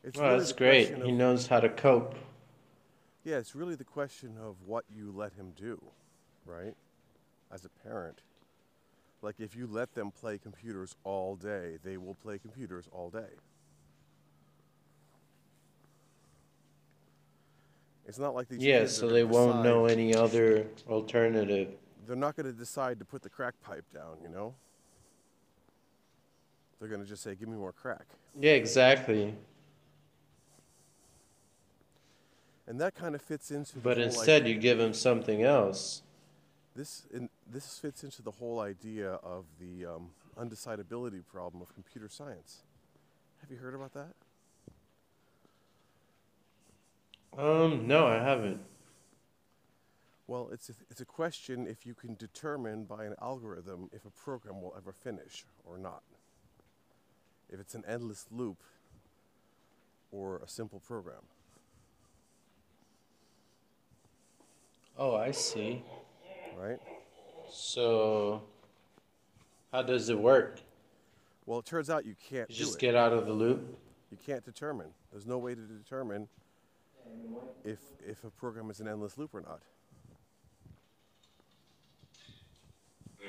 Speaker 1: It's
Speaker 2: Well,
Speaker 1: really
Speaker 2: that's
Speaker 1: the
Speaker 2: great.
Speaker 1: question
Speaker 2: He
Speaker 1: of-
Speaker 2: knows how to cope.
Speaker 1: Yeah, it's really the question of what you let him do, right? As a parent. Like, if you let them play computers all day, they will play computers all day. It's not like these
Speaker 2: Yeah,
Speaker 1: kids are
Speaker 2: so
Speaker 1: gonna
Speaker 2: they won't
Speaker 1: decide-
Speaker 2: know any other alternative.
Speaker 1: They're not going to decide to put the crack pipe down, you know? They're going to just say, give me more crack.
Speaker 2: Yeah, exactly.
Speaker 1: And that kind of fits into. the
Speaker 2: But
Speaker 1: whole
Speaker 2: instead,
Speaker 1: idea-
Speaker 2: you give him something else.
Speaker 1: This in, this fits into the whole idea of the um, undecidability problem of computer science. Have you heard about that?
Speaker 2: Um, no, I haven't.
Speaker 1: Well, it's a, it's a question if you can determine by an algorithm if a program will ever finish or not. If it's an endless loop or a simple program.
Speaker 2: Oh, I see.
Speaker 1: right?
Speaker 2: So, how does it work?
Speaker 1: Well, it turns out you can't
Speaker 2: You
Speaker 1: do
Speaker 2: just
Speaker 1: it.
Speaker 2: get out of the loop?
Speaker 1: you can't determine. There's no way to determine if if a program is an endless loop or not.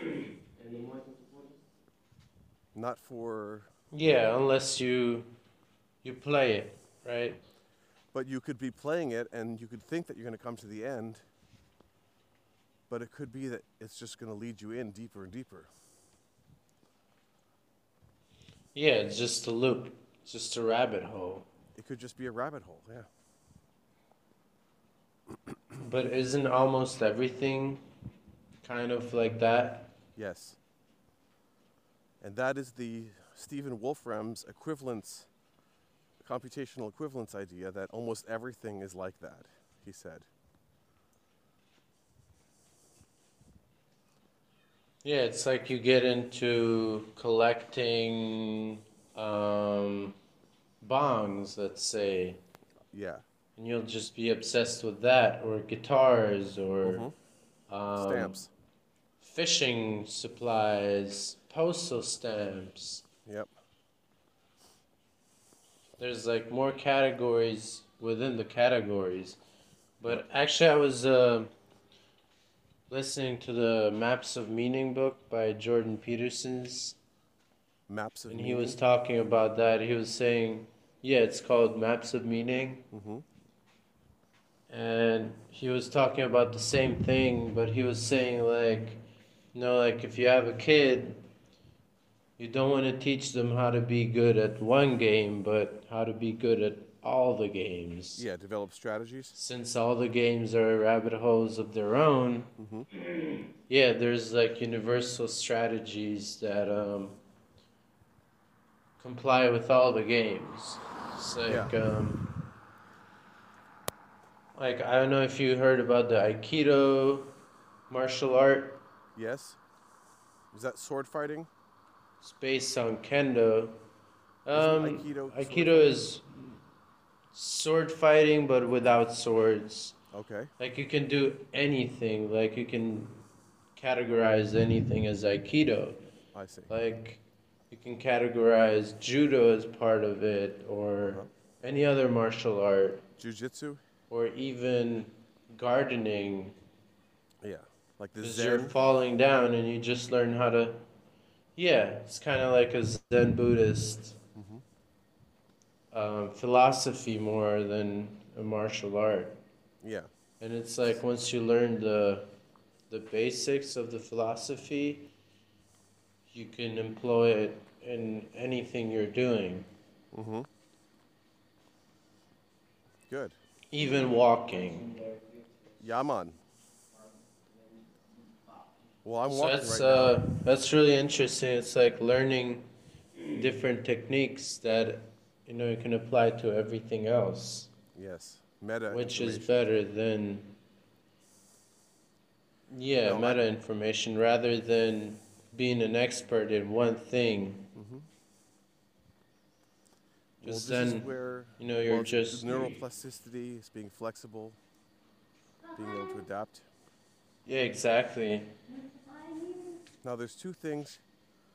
Speaker 3: And you want to put it?
Speaker 1: Not for
Speaker 2: Yeah, unless you you play it, right?
Speaker 1: but you could be playing it and you could think that you're going to come to the end but it could be that it's just going to lead you in deeper and deeper
Speaker 2: Yeah, it's just a loop, It's just a rabbit hole.
Speaker 1: it could just be a rabbit hole yeah
Speaker 2: But isn't almost everything kind of like that?
Speaker 1: yes and that is the stephen wolfram's equivalence computational equivalence idea that almost everything is like that he said
Speaker 2: Yeah, it's like you get into collecting um, bongs, let's say,
Speaker 1: yeah
Speaker 2: and you'll just be obsessed with that, or guitars, or um,
Speaker 1: stamps
Speaker 2: fishing supplies, postal stamps.
Speaker 1: yep
Speaker 2: There's like more categories within the categories. But actually, I was uh, listening to the Maps of Meaning book by Jordan Peterson's,
Speaker 1: maps of
Speaker 2: and he was talking about that. He was saying, yeah, it's called Maps of Meaning.
Speaker 1: mm-hmm.
Speaker 2: And he was talking about the same thing, but he was saying, like, you know, like if you have a kid, you don't want to teach them how to be good at one game, but how to be good at all the games.
Speaker 1: yeah develop strategies
Speaker 2: since all the games are rabbit holes of their own,
Speaker 1: Mhm.
Speaker 2: yeah, there's like universal strategies that um, comply with all the games. It's like, um, like I don't know if you heard about the Aikido martial art.
Speaker 1: yes is that sword fighting
Speaker 2: It's based on kendo. Um,
Speaker 1: Isn't Aikido sword
Speaker 2: Aikido is sword fighting, but without swords.
Speaker 1: okay
Speaker 2: Like you can do anything. Like you can categorize anything as Aikido.
Speaker 1: i see
Speaker 2: Like you can categorize judo as part of it, or any other martial art,
Speaker 1: jiu-jitsu
Speaker 2: or even gardening.
Speaker 1: Yeah, like the
Speaker 2: 'Cause you're
Speaker 1: Zen.
Speaker 2: falling down and you just learn how to. Yeah, it's kind of like a Zen Buddhist
Speaker 1: Mm-hmm.
Speaker 2: um, philosophy more than a martial art.
Speaker 1: Yeah,
Speaker 2: And it's like once you learn the the basics of the philosophy, you can employ it in anything you're doing,
Speaker 1: good.
Speaker 2: even walking.
Speaker 1: Yaman. Well, I'm
Speaker 2: So
Speaker 1: walking
Speaker 2: that's
Speaker 1: right
Speaker 2: uh, that's really interesting. It's like learning different techniques that you know, you can apply to everything else,
Speaker 1: Yes. Meta.
Speaker 2: which is
Speaker 1: information.
Speaker 2: better than yeah,
Speaker 1: No, I-
Speaker 2: meta information rather than being an expert in one thing.
Speaker 1: Mm-hmm. Well,
Speaker 2: Just
Speaker 1: this is
Speaker 2: then,
Speaker 1: where
Speaker 2: you know, you're
Speaker 1: well,
Speaker 2: just
Speaker 1: neuroplasticity is being flexible, being able to adapt.
Speaker 2: yeah, exactly.
Speaker 1: Now there's two things.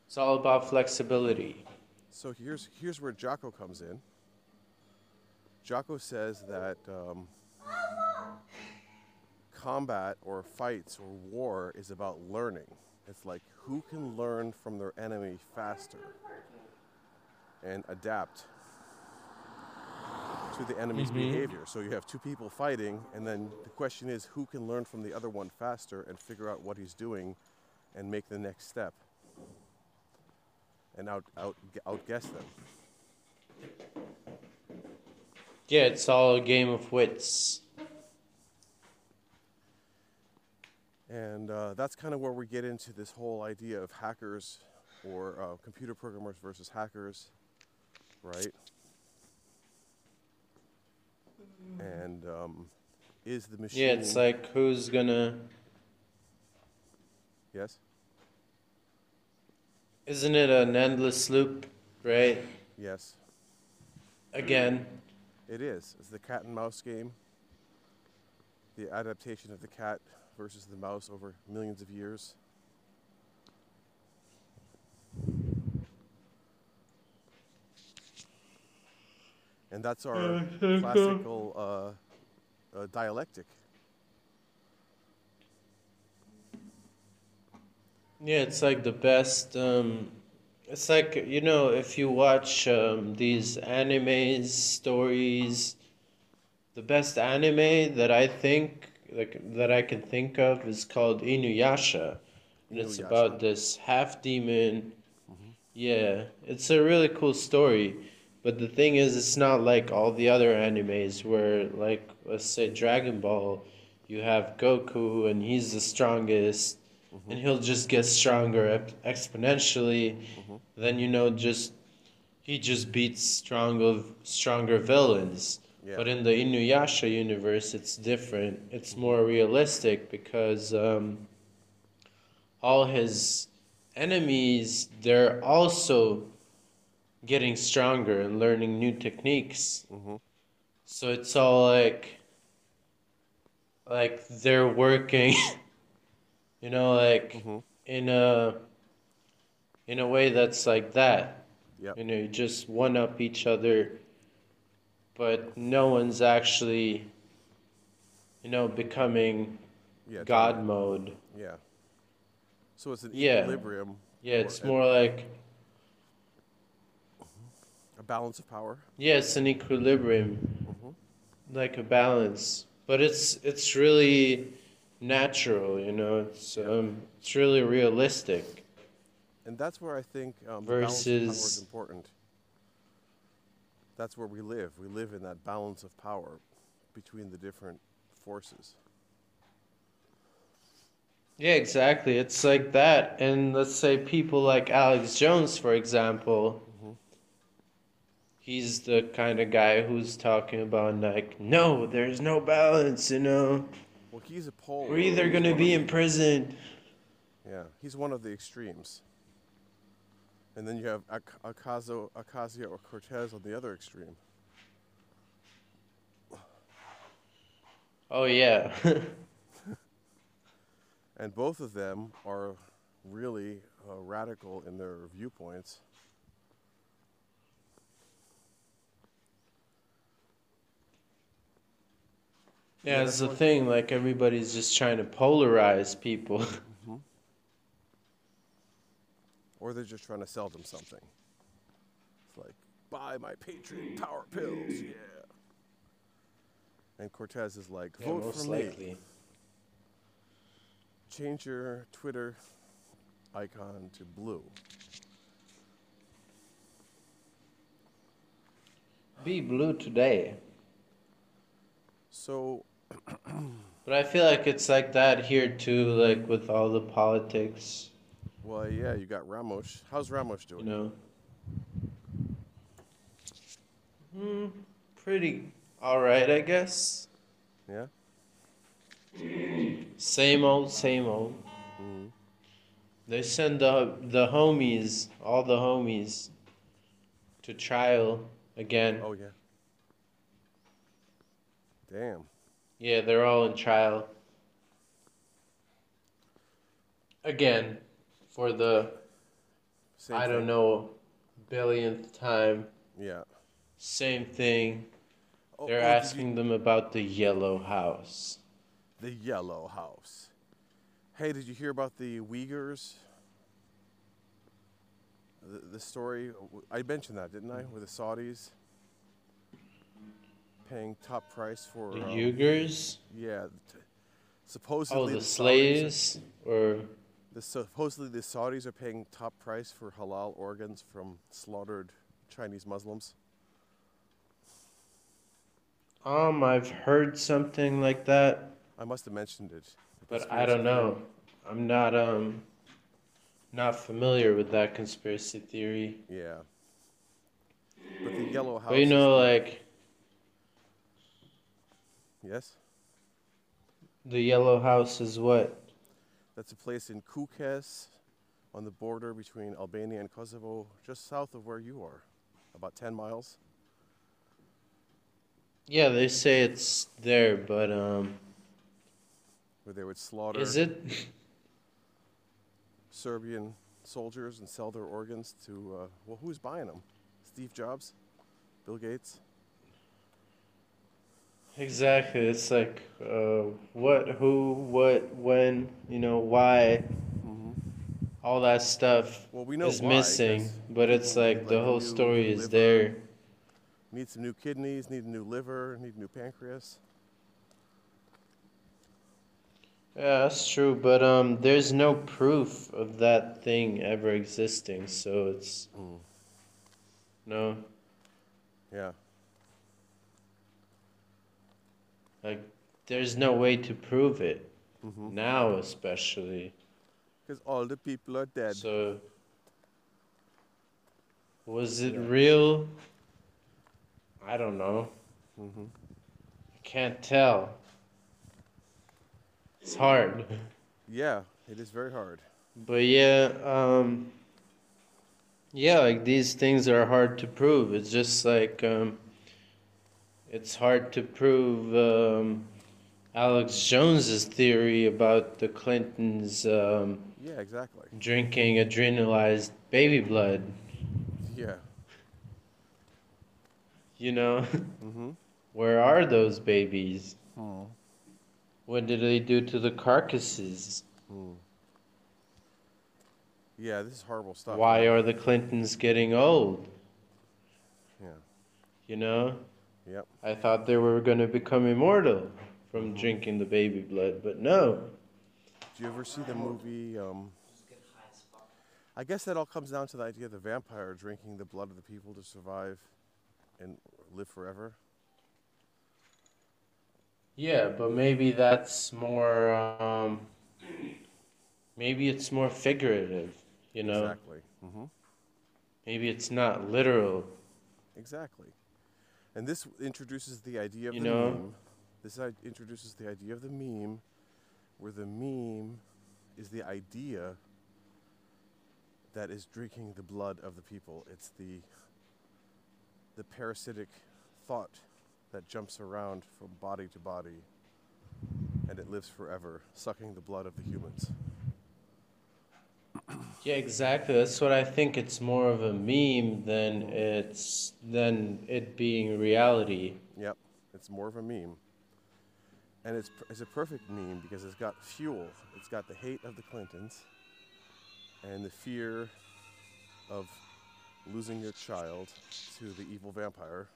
Speaker 2: It's all about flexibility.
Speaker 1: So here's here's where Jocko comes in. Jocko says that um, combat or fights or war is about learning. It's like who can learn from their enemy faster and adapt to the enemy's behavior. So you have two people fighting, and then the question is who can learn from the other one faster and figure out what he's doing and make the next step and out, out outguess them.
Speaker 2: Yeah, it's all a game of wits.
Speaker 1: And uh, that's kind of where we get into this whole idea of hackers or uh, computer programmers versus hackers, right? And um, is the machine.
Speaker 2: Yeah, it's like who's gonna.
Speaker 1: Yes?
Speaker 2: Isn't it an endless loop, right?
Speaker 1: Yes.
Speaker 2: Again.
Speaker 1: It is. It's the cat and mouse game. The adaptation of the cat versus the mouse over millions of years. And that's our classical uh, uh, dialectic.
Speaker 2: Yeah, it's like the best. Um, it's like, you know, if you watch um, these animes, stories, the best anime that I think, like, that I can think of is called Inuyasha. And it's
Speaker 1: Inuyasha.
Speaker 2: about this half demon. Yeah, it's a really cool story. But the thing is, it's not like all the other animes where, like, let's say Dragon Ball, you have Goku and he's the strongest, and he'll just get stronger ep- exponentially. Then, you know, just he just beats stronger, stronger villains.
Speaker 1: Yeah.
Speaker 2: But in the Inuyasha universe, it's different. It's more realistic because um, all his enemies, they're also getting stronger and learning new techniques.
Speaker 1: Mhm.
Speaker 2: So it's all like, like they're working, you know, like
Speaker 1: Mhm.
Speaker 2: in a, in a way that's like that.
Speaker 1: Yep.
Speaker 2: You know, you just one up each other, but no one's actually, you know, becoming
Speaker 1: Yeah.
Speaker 2: God mode.
Speaker 1: Yeah. So it's an
Speaker 2: Yeah.
Speaker 1: equilibrium,
Speaker 2: Yeah, it's
Speaker 1: Or-
Speaker 2: more like
Speaker 1: a balance of power.
Speaker 2: yeah, it's an equilibrium,
Speaker 1: Mm-hmm.
Speaker 2: like a balance. But it's it's really natural, you know. It's um, it's really realistic.
Speaker 1: And that's where I think um, the balance of power is
Speaker 2: Versus-
Speaker 1: important. That's where we live. We live in that balance of power between the different forces.
Speaker 2: Yeah, exactly. It's like that. And let's say people like Alex Jones, for example, he's the kind of guy who's talking about like, no, there's no balance, you know.
Speaker 1: Well, he's a pole.
Speaker 2: We're either
Speaker 1: He's
Speaker 2: gonna
Speaker 1: one
Speaker 2: be
Speaker 1: of-
Speaker 2: imprisoned.
Speaker 1: Yeah, he's one of the extremes. And then you have Ac- Acaso, Acacio or Cortez on the other extreme.
Speaker 2: Oh yeah.
Speaker 1: And both of them are really uh, radical in their viewpoints.
Speaker 2: Yeah, it's the thing. Like everybody's just trying to polarize people.
Speaker 1: or they're just trying to sell them something. It's like, buy my Patriot Power Pills, yeah. And Cortez is like,
Speaker 2: Yeah,
Speaker 1: vote
Speaker 2: most
Speaker 1: for me.
Speaker 2: likely.
Speaker 1: Change your Twitter icon to blue.
Speaker 2: Be blue today.
Speaker 1: So,
Speaker 2: But I feel like it's like that here too, like with all the politics,
Speaker 1: well, yeah, you got Ramos. How's Ramos
Speaker 2: you
Speaker 1: doing?
Speaker 2: know. Hmm, Pretty alright, I guess.
Speaker 1: Yeah?
Speaker 2: Same old, same old.
Speaker 1: Mm-hmm.
Speaker 2: They send the, the homies, all the homies, to trial again.
Speaker 1: Oh, yeah. Damn.
Speaker 2: Yeah, they're all in trial. Again, for the
Speaker 1: Same
Speaker 2: I don't
Speaker 1: thing.
Speaker 2: know billionth time,
Speaker 1: Yeah.
Speaker 2: same thing.
Speaker 1: Oh,
Speaker 2: They're
Speaker 1: oh, did you-
Speaker 2: asking them about the yellow house.
Speaker 1: the Yellow House. Hey, did you hear about the Uyghurs? The, the story I mentioned that, didn't I?
Speaker 2: Mm-hmm.
Speaker 1: With the Saudis paying top price for
Speaker 2: The
Speaker 1: um,
Speaker 2: Uyghurs?
Speaker 1: yeah, t- supposedly
Speaker 2: Oh, the
Speaker 1: Saudis-
Speaker 2: slaves or
Speaker 1: the, supposedly the Saudis are paying top price for halal organs from slaughtered Chinese Muslims.
Speaker 2: um I've heard something like that,
Speaker 1: I must have mentioned it. The
Speaker 2: but
Speaker 1: conspiracy
Speaker 2: I
Speaker 1: theory.
Speaker 2: don't know. I'm not um not familiar with that conspiracy theory.
Speaker 1: Yeah. But the Yellow House.
Speaker 2: But you
Speaker 1: is
Speaker 2: know
Speaker 1: the-
Speaker 2: like
Speaker 1: yes.
Speaker 2: the yellow house is what?
Speaker 1: That's a place in Kukes on the border between Albania and Kosovo, just south of where you are, about 10 miles.
Speaker 2: Yeah, they say it's there, but um
Speaker 1: Where they would slaughter
Speaker 2: is it
Speaker 1: Serbian soldiers and sell their organs to, uh, well, who's buying them? Steve Jobs? Bill Gates?
Speaker 2: exactly it's like uh what who what when, you know, why all that stuff
Speaker 1: Mm-hmm. Well, we know
Speaker 2: is
Speaker 1: why, 'cause
Speaker 2: missing, but it's
Speaker 1: people
Speaker 2: like
Speaker 1: need,
Speaker 2: the
Speaker 1: like, a
Speaker 2: whole
Speaker 1: new
Speaker 2: story is
Speaker 1: liver.
Speaker 2: there.
Speaker 1: Need some new kidneys, need a new liver, need a new pancreas.
Speaker 2: Yeah, that's true, but um, there's no proof of that thing ever existing, so it's
Speaker 1: Mm.
Speaker 2: no,
Speaker 1: Yeah.
Speaker 2: like there's no way to prove it
Speaker 1: Mm-hmm.
Speaker 2: now, especially.
Speaker 1: Because all the people are dead.
Speaker 2: So, was it real? I don't know. I can't tell. It's hard.
Speaker 1: yeah, it is very hard.
Speaker 2: But yeah, um, yeah, like these things are hard to prove. It's just like um, it's hard to prove um, Alex Jones's theory about the Clintons um,
Speaker 1: Yeah, exactly.
Speaker 2: drinking adrenalized baby blood.
Speaker 1: Yeah.
Speaker 2: You know,
Speaker 1: Mm-hmm.
Speaker 2: where are those babies? What did they do to the carcasses?
Speaker 1: Yeah, this is horrible stuff.
Speaker 2: Why are the Clintons getting old?
Speaker 1: Yeah.
Speaker 2: You know.
Speaker 1: Yep.
Speaker 2: I thought they were going to become immortal from drinking the baby blood, but no.
Speaker 1: Do you ever see the movie? Um,
Speaker 3: Just get high as fuck.
Speaker 1: I guess that all comes down to the idea of the vampire drinking the blood of the people to survive and live forever.
Speaker 2: Yeah, but maybe that's more. Um, maybe it's more figurative, you know?
Speaker 1: Exactly. hmm
Speaker 2: Maybe it's not literal.
Speaker 1: Exactly. And this introduces the idea of
Speaker 2: You
Speaker 1: the
Speaker 2: know-
Speaker 1: meme. This i- introduces the idea of the meme, where the meme is the idea that is drinking the blood of the people. It's the the parasitic thought that jumps around from body to body and it lives forever, sucking the blood of the humans.
Speaker 2: Yeah, exactly. That's what I think. It's more of a meme than it's than it being reality.
Speaker 1: Yep, it's more of a meme. And it's, per- it's a perfect meme because it's got fuel. It's got the hate of the Clintons and the fear of losing your child to the evil vampire.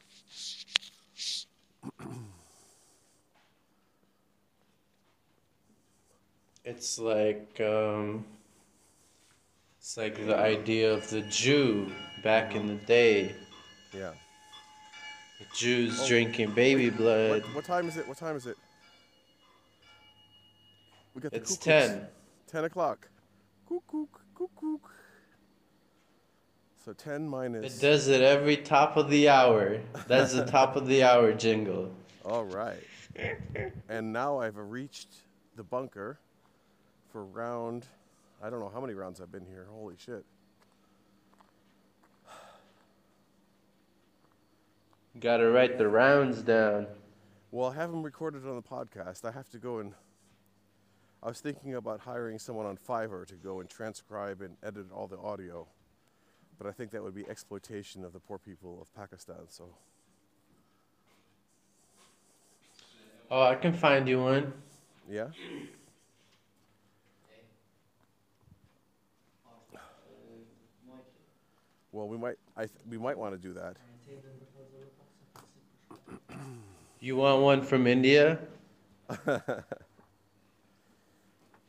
Speaker 2: It's like um, it's like the idea of the Jew back in the day.
Speaker 1: Yeah.
Speaker 2: Jews
Speaker 1: Oh,
Speaker 2: drinking baby blood.
Speaker 1: What, what time is it? What time is it? We got the
Speaker 2: It's
Speaker 1: cuckoos.
Speaker 2: 10.
Speaker 1: 10 o'clock. Cuckoo, cuckoo. So 10 minus.
Speaker 2: It does it every top of the hour. That's the top of the hour jingle.
Speaker 1: All right. and now I've reached the bunker for round. I don't know how many rounds I've been here. Holy shit.
Speaker 2: Gotta write the rounds down.
Speaker 1: Well, I have them recorded on the podcast. I have to go and. I was thinking about hiring someone on Fiverr to go and transcribe and edit all the audio, but I think that would be exploitation of the poor people of Pakistan. So,
Speaker 2: Oh, I can find you one.
Speaker 1: yeah? Well, we might, I th- we might want to do that.
Speaker 2: You want one from India?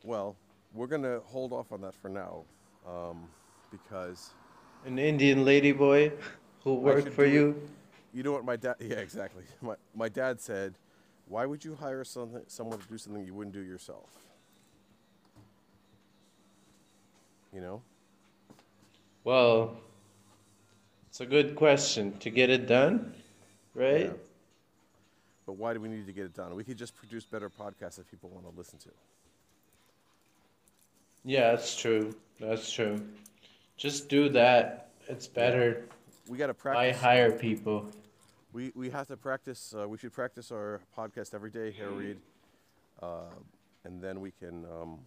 Speaker 1: Well, we're going to hold off on that for now um, because
Speaker 2: An Indian ladyboy who worked
Speaker 1: should
Speaker 2: for
Speaker 1: do it.
Speaker 2: you?
Speaker 1: you know what my dad, yeah, exactly. My, my dad said, Why would you hire something, someone to do something you wouldn't do yourself? You know?
Speaker 2: Well, it's a good question to get it done, right?
Speaker 1: Yeah. But why do we need to get it done? We could just produce better podcasts that people want to listen to.
Speaker 2: Yeah, that's true. That's true. Just do that. It's better.
Speaker 1: We got to
Speaker 2: I
Speaker 1: practice.
Speaker 2: hire people.
Speaker 1: We, we have to practice. Uh, we should practice our podcast every day, hair read, uh, and then we can um,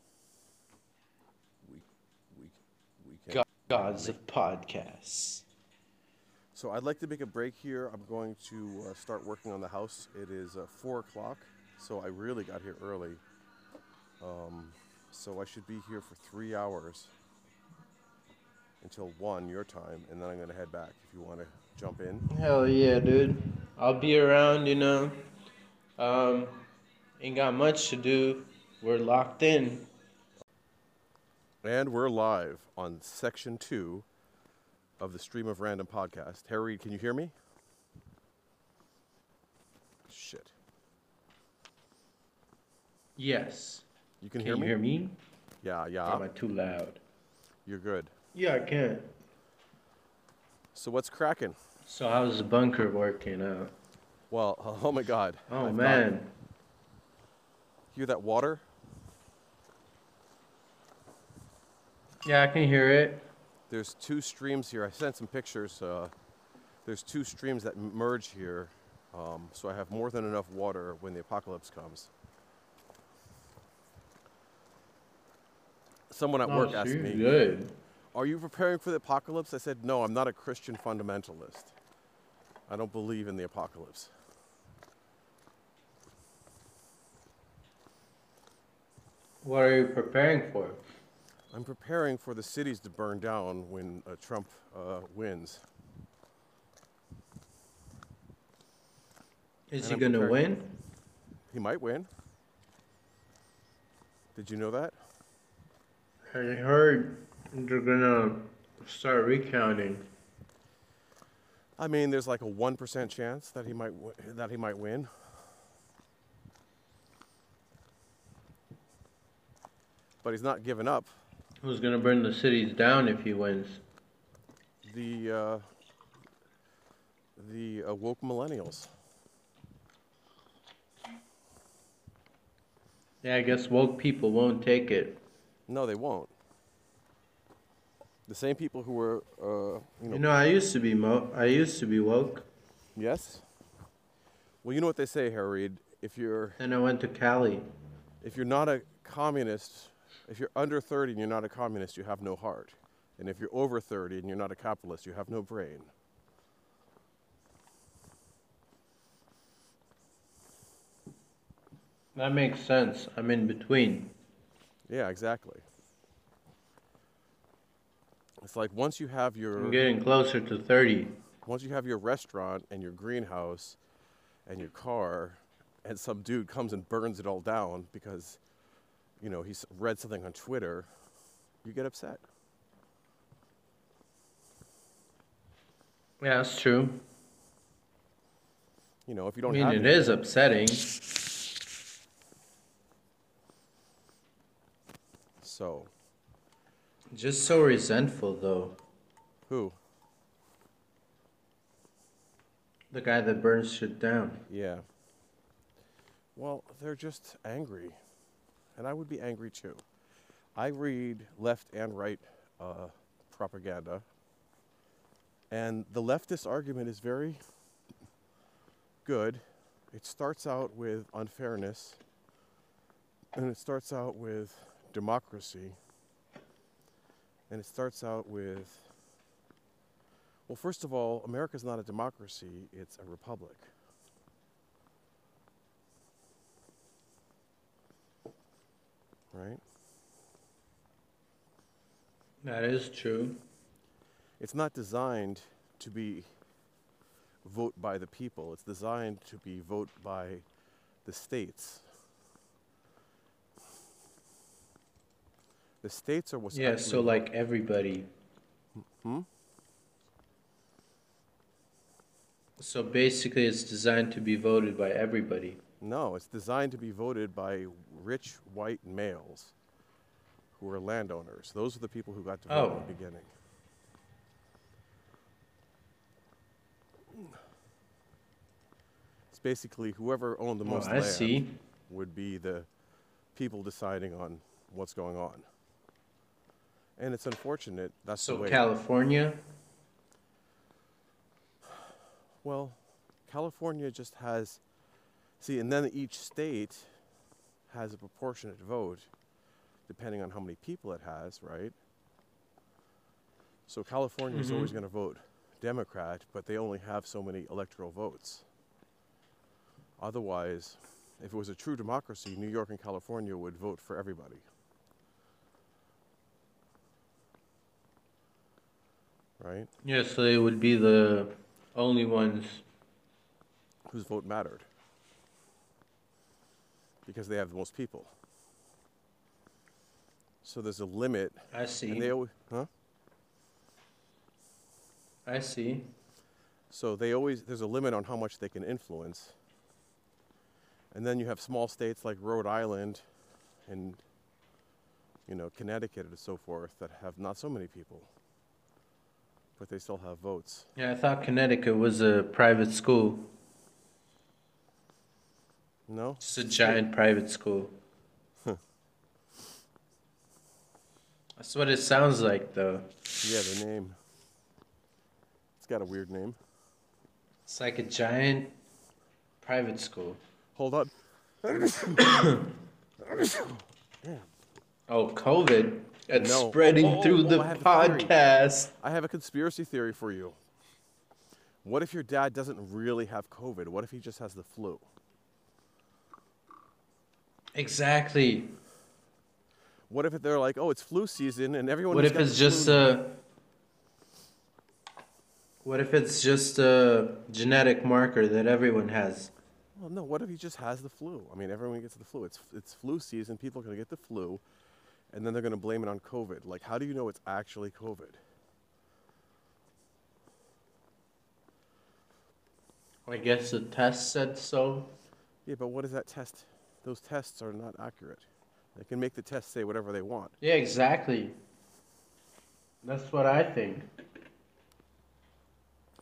Speaker 1: we we we can.
Speaker 2: Go- Gods of podcasts.
Speaker 1: So I'd like to make a break here. I'm going to uh, start working on the house. It is uh, four o'clock, so I really got here early. Um, so I should be here for three hours until one your time, and then I'm going to head back. If you want to jump in.
Speaker 2: Hell yeah, dude. I'll be around, you know. Um, ain't got much to do. We're locked in.
Speaker 1: And we're live on section two of the Stream of Random podcast. Harry, can you hear me? Shit.
Speaker 2: Yes.
Speaker 1: You can,
Speaker 2: Can
Speaker 1: hear,
Speaker 2: you
Speaker 1: me?
Speaker 2: hear me?
Speaker 1: Yeah, yeah.
Speaker 2: Or Am I too loud?
Speaker 1: You're good.
Speaker 2: Yeah, I can.
Speaker 1: So what's cracking?
Speaker 2: So how's the bunker working out?
Speaker 1: Well, oh, my God.
Speaker 2: Oh
Speaker 1: I've
Speaker 2: man.
Speaker 1: got- hear that water?
Speaker 2: Yeah, I can hear it.
Speaker 1: There's two streams here. I sent some pictures. Uh, there's two streams that merge here. Um, so I have more than enough water when the apocalypse comes. Someone at work
Speaker 2: Oh,
Speaker 1: asked
Speaker 2: you're
Speaker 1: me.
Speaker 2: Good.
Speaker 1: Are you preparing for the apocalypse? I said, No, I'm not a Christian fundamentalist. I don't believe in the apocalypse.
Speaker 2: What are you preparing for?
Speaker 1: I'm preparing for the cities to burn down when uh, Trump uh, wins.
Speaker 2: Is
Speaker 1: And
Speaker 2: he
Speaker 1: I'm
Speaker 2: gonna
Speaker 1: preparing-
Speaker 2: win?
Speaker 1: He might win. Did you know that?
Speaker 2: I heard they're gonna start recounting.
Speaker 1: I mean, there's like a 1% chance that he might, w- that he might win. But he's not giving up.
Speaker 2: Who's gonna burn the cities down if he wins?
Speaker 1: The, uh, the uh, woke millennials.
Speaker 2: Yeah, I guess woke people won't take it.
Speaker 1: No, they won't. The same people who were, uh, you know,
Speaker 2: You know, I used to be mo. I used to be woke.
Speaker 1: yes. Well, you know what they say, Harried. If you're
Speaker 2: Then I went to Cali.
Speaker 1: if you're not a communist, if you're under 30 and you're not a communist, you have no heart. And if you're over 30 and you're not a capitalist, you have no brain.
Speaker 2: That makes sense. I'm in between.
Speaker 1: Yeah, exactly. It's like once you have
Speaker 2: I'm
Speaker 1: your
Speaker 2: getting closer to 30.
Speaker 1: once you have your restaurant and your greenhouse and your car and some dude comes and burns it all down because you know he's read something on twitter you get upset
Speaker 2: Yeah, that's true.
Speaker 1: you know if you
Speaker 2: I
Speaker 1: don't
Speaker 2: mean,
Speaker 1: have
Speaker 2: it is upsetting.
Speaker 1: so
Speaker 2: Just so resentful, though.
Speaker 1: who
Speaker 2: The guy that burns shit down.
Speaker 1: Yeah. Well, they're just angry. And I would be angry too. I read left and right uh, propaganda. And the leftist argument is very good. It starts out with unfairness, and it starts out with democracy, and it starts out with well, first of all, America's not a democracy, it's a republic. Right?
Speaker 2: That is true.
Speaker 1: It's not designed to be vote by the people, it's designed to be vote by the states. The states are what's
Speaker 2: Yeah,
Speaker 1: actually
Speaker 2: so like everybody.
Speaker 1: Hmm?
Speaker 2: So basically, it's designed to be voted by everybody.
Speaker 1: No, it's designed to be voted by rich white males who are landowners. Those are the people who got to vote in
Speaker 2: Oh.
Speaker 1: the beginning. It's basically whoever owned the
Speaker 2: Oh,
Speaker 1: most
Speaker 2: I
Speaker 1: land
Speaker 2: see.
Speaker 1: would be the people deciding on what's going on. And it's unfortunate that's
Speaker 2: So
Speaker 1: the way.
Speaker 2: California.
Speaker 1: Well, California just has, see, and then each state has a proportionate vote depending on how many people it has, right? So California is always going to vote Democrat, but they only have so many electoral votes. Otherwise, if it was a true democracy, New York and California would vote for everybody. Right?
Speaker 2: Yeah, so they would be the only ones.
Speaker 1: whose vote mattered because they have the most people. So there's a limit,
Speaker 2: I
Speaker 1: and they
Speaker 2: see.
Speaker 1: always, huh?
Speaker 2: I see.
Speaker 1: So they always there's a limit on how much they can influence. And then you have small states like Rhode Island, and you know Connecticut and so forth that have not so many people, but they still have votes.
Speaker 2: Yeah, I thought Connecticut was a private school,
Speaker 1: No,
Speaker 2: just a giant private school. That's what it sounds like, though.
Speaker 1: yeah, the name. It's got a weird name.
Speaker 2: It's like a giant private school.
Speaker 1: Hold on.
Speaker 2: Oh, COVID. It's
Speaker 1: No.
Speaker 2: spreading
Speaker 1: Oh,
Speaker 2: through
Speaker 1: oh,
Speaker 2: the
Speaker 1: I have a theory.
Speaker 2: podcast.
Speaker 1: I have a conspiracy theory for you. What if your dad doesn't really have COVID? What if he just has the flu?
Speaker 2: Exactly.
Speaker 1: What if they're like, oh, it's flu season and everyone.
Speaker 2: What
Speaker 1: who's
Speaker 2: if
Speaker 1: got
Speaker 2: it's
Speaker 1: the flu-
Speaker 2: just uh, a. What if it's just a genetic marker that everyone has?
Speaker 1: Well, no. What if he just has the flu? I mean, everyone gets the flu. It's it's flu season. People are gonna get the flu, and then they're gonna blame it on COVID. Like, how do you know it's actually COVID?
Speaker 2: I guess the test said so.
Speaker 1: Yeah, but what is that test? Those tests are not accurate. They can make the test say whatever they want.
Speaker 2: Yeah, exactly. That's what I think.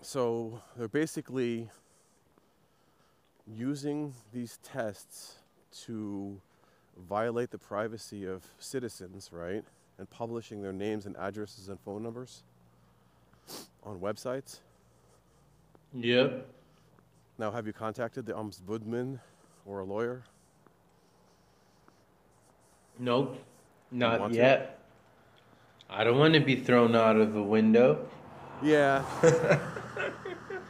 Speaker 1: So they're basically using these tests to violate the privacy of citizens, right? And publishing their names and addresses and phone numbers on websites.
Speaker 2: Yep.
Speaker 1: Now, have you contacted the ombudsman or a lawyer?
Speaker 2: Nope.
Speaker 1: want
Speaker 2: Not
Speaker 1: to?
Speaker 2: yet. I don't want to be thrown out of a window.
Speaker 1: Yeah.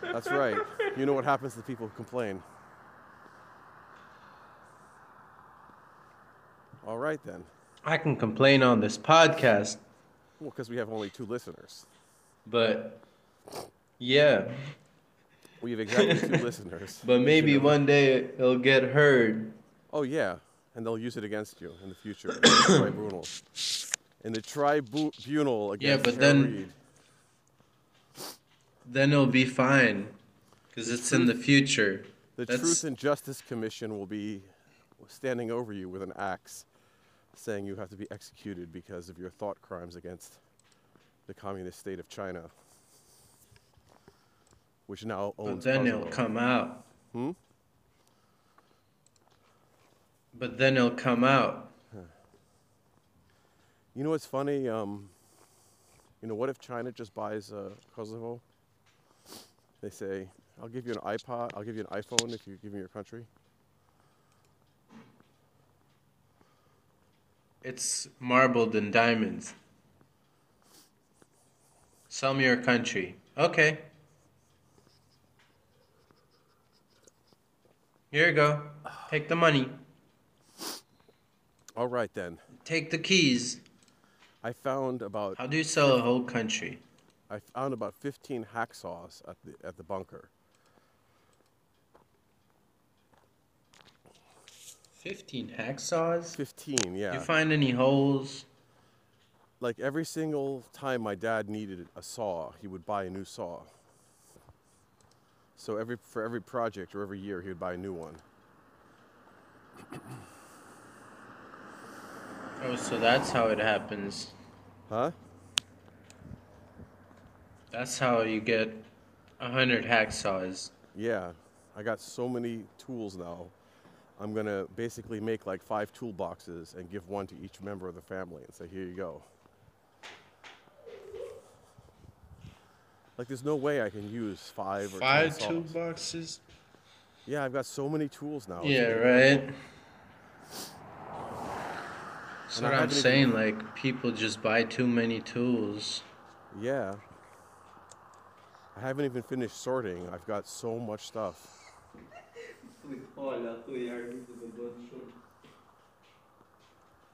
Speaker 1: That's right. You know what happens to people who complain. All right, then.
Speaker 2: I can complain on this podcast,
Speaker 1: Well, because we have only two listeners.
Speaker 2: but yeah,
Speaker 1: We have exactly two listeners.
Speaker 2: but maybe one day it'll get heard.
Speaker 1: Oh yeah, and they'll use it against you in the future. in the tribunal. In the tribunal
Speaker 2: Yeah,
Speaker 1: against
Speaker 2: but
Speaker 1: Tara
Speaker 2: then-
Speaker 1: Reid.
Speaker 2: Then it'll be fine because it's in the future.
Speaker 1: the
Speaker 2: That's-
Speaker 1: Truth and Justice Commission will be standing over you with an axe, saying you have to be executed because of your thought crimes against the communist state of China. which now
Speaker 2: But
Speaker 1: owns
Speaker 2: then it'll
Speaker 1: Puzzle.
Speaker 2: come out. But then it'll come out.
Speaker 1: You know what's funny? Um, you know, what if China just buys uh, Kosovo? They say, I'll give you an iPod, I'll give you an iPhone if you give me your country.
Speaker 2: It's marbled in diamonds. Sell me your country. Okay. Here you go. Take the money.
Speaker 1: All right, then.
Speaker 2: Take the keys.
Speaker 1: I found about
Speaker 2: How do you sell a whole country?
Speaker 1: I found about 15 hacksaws at the at the bunker.
Speaker 2: 15 hacksaws?
Speaker 1: 15, yeah.
Speaker 2: You find any holes?
Speaker 1: like every single time my dad needed a saw, he would buy a new saw. So every for every project or every year, he would buy a new one.
Speaker 2: Oh, so that's how it happens.
Speaker 1: Huh?
Speaker 2: That's how you get a hundred hacksaws.
Speaker 1: Yeah, I got so many tools now. I'm gonna basically make like five toolboxes and give one to each member of the family and say, here you go. Like, there's no way I can use five or 10
Speaker 2: Five
Speaker 1: saws.
Speaker 2: toolboxes?
Speaker 1: Yeah, I've got so many tools now. it's
Speaker 2: Yeah,
Speaker 1: incredible.
Speaker 2: right. That's
Speaker 1: And I
Speaker 2: what I'm
Speaker 1: haven't even-
Speaker 2: saying. Like, people just buy too many tools.
Speaker 1: Yeah. I haven't even finished sorting. I've got so much stuff.
Speaker 3: Olha, tu e a Armida do Don Show.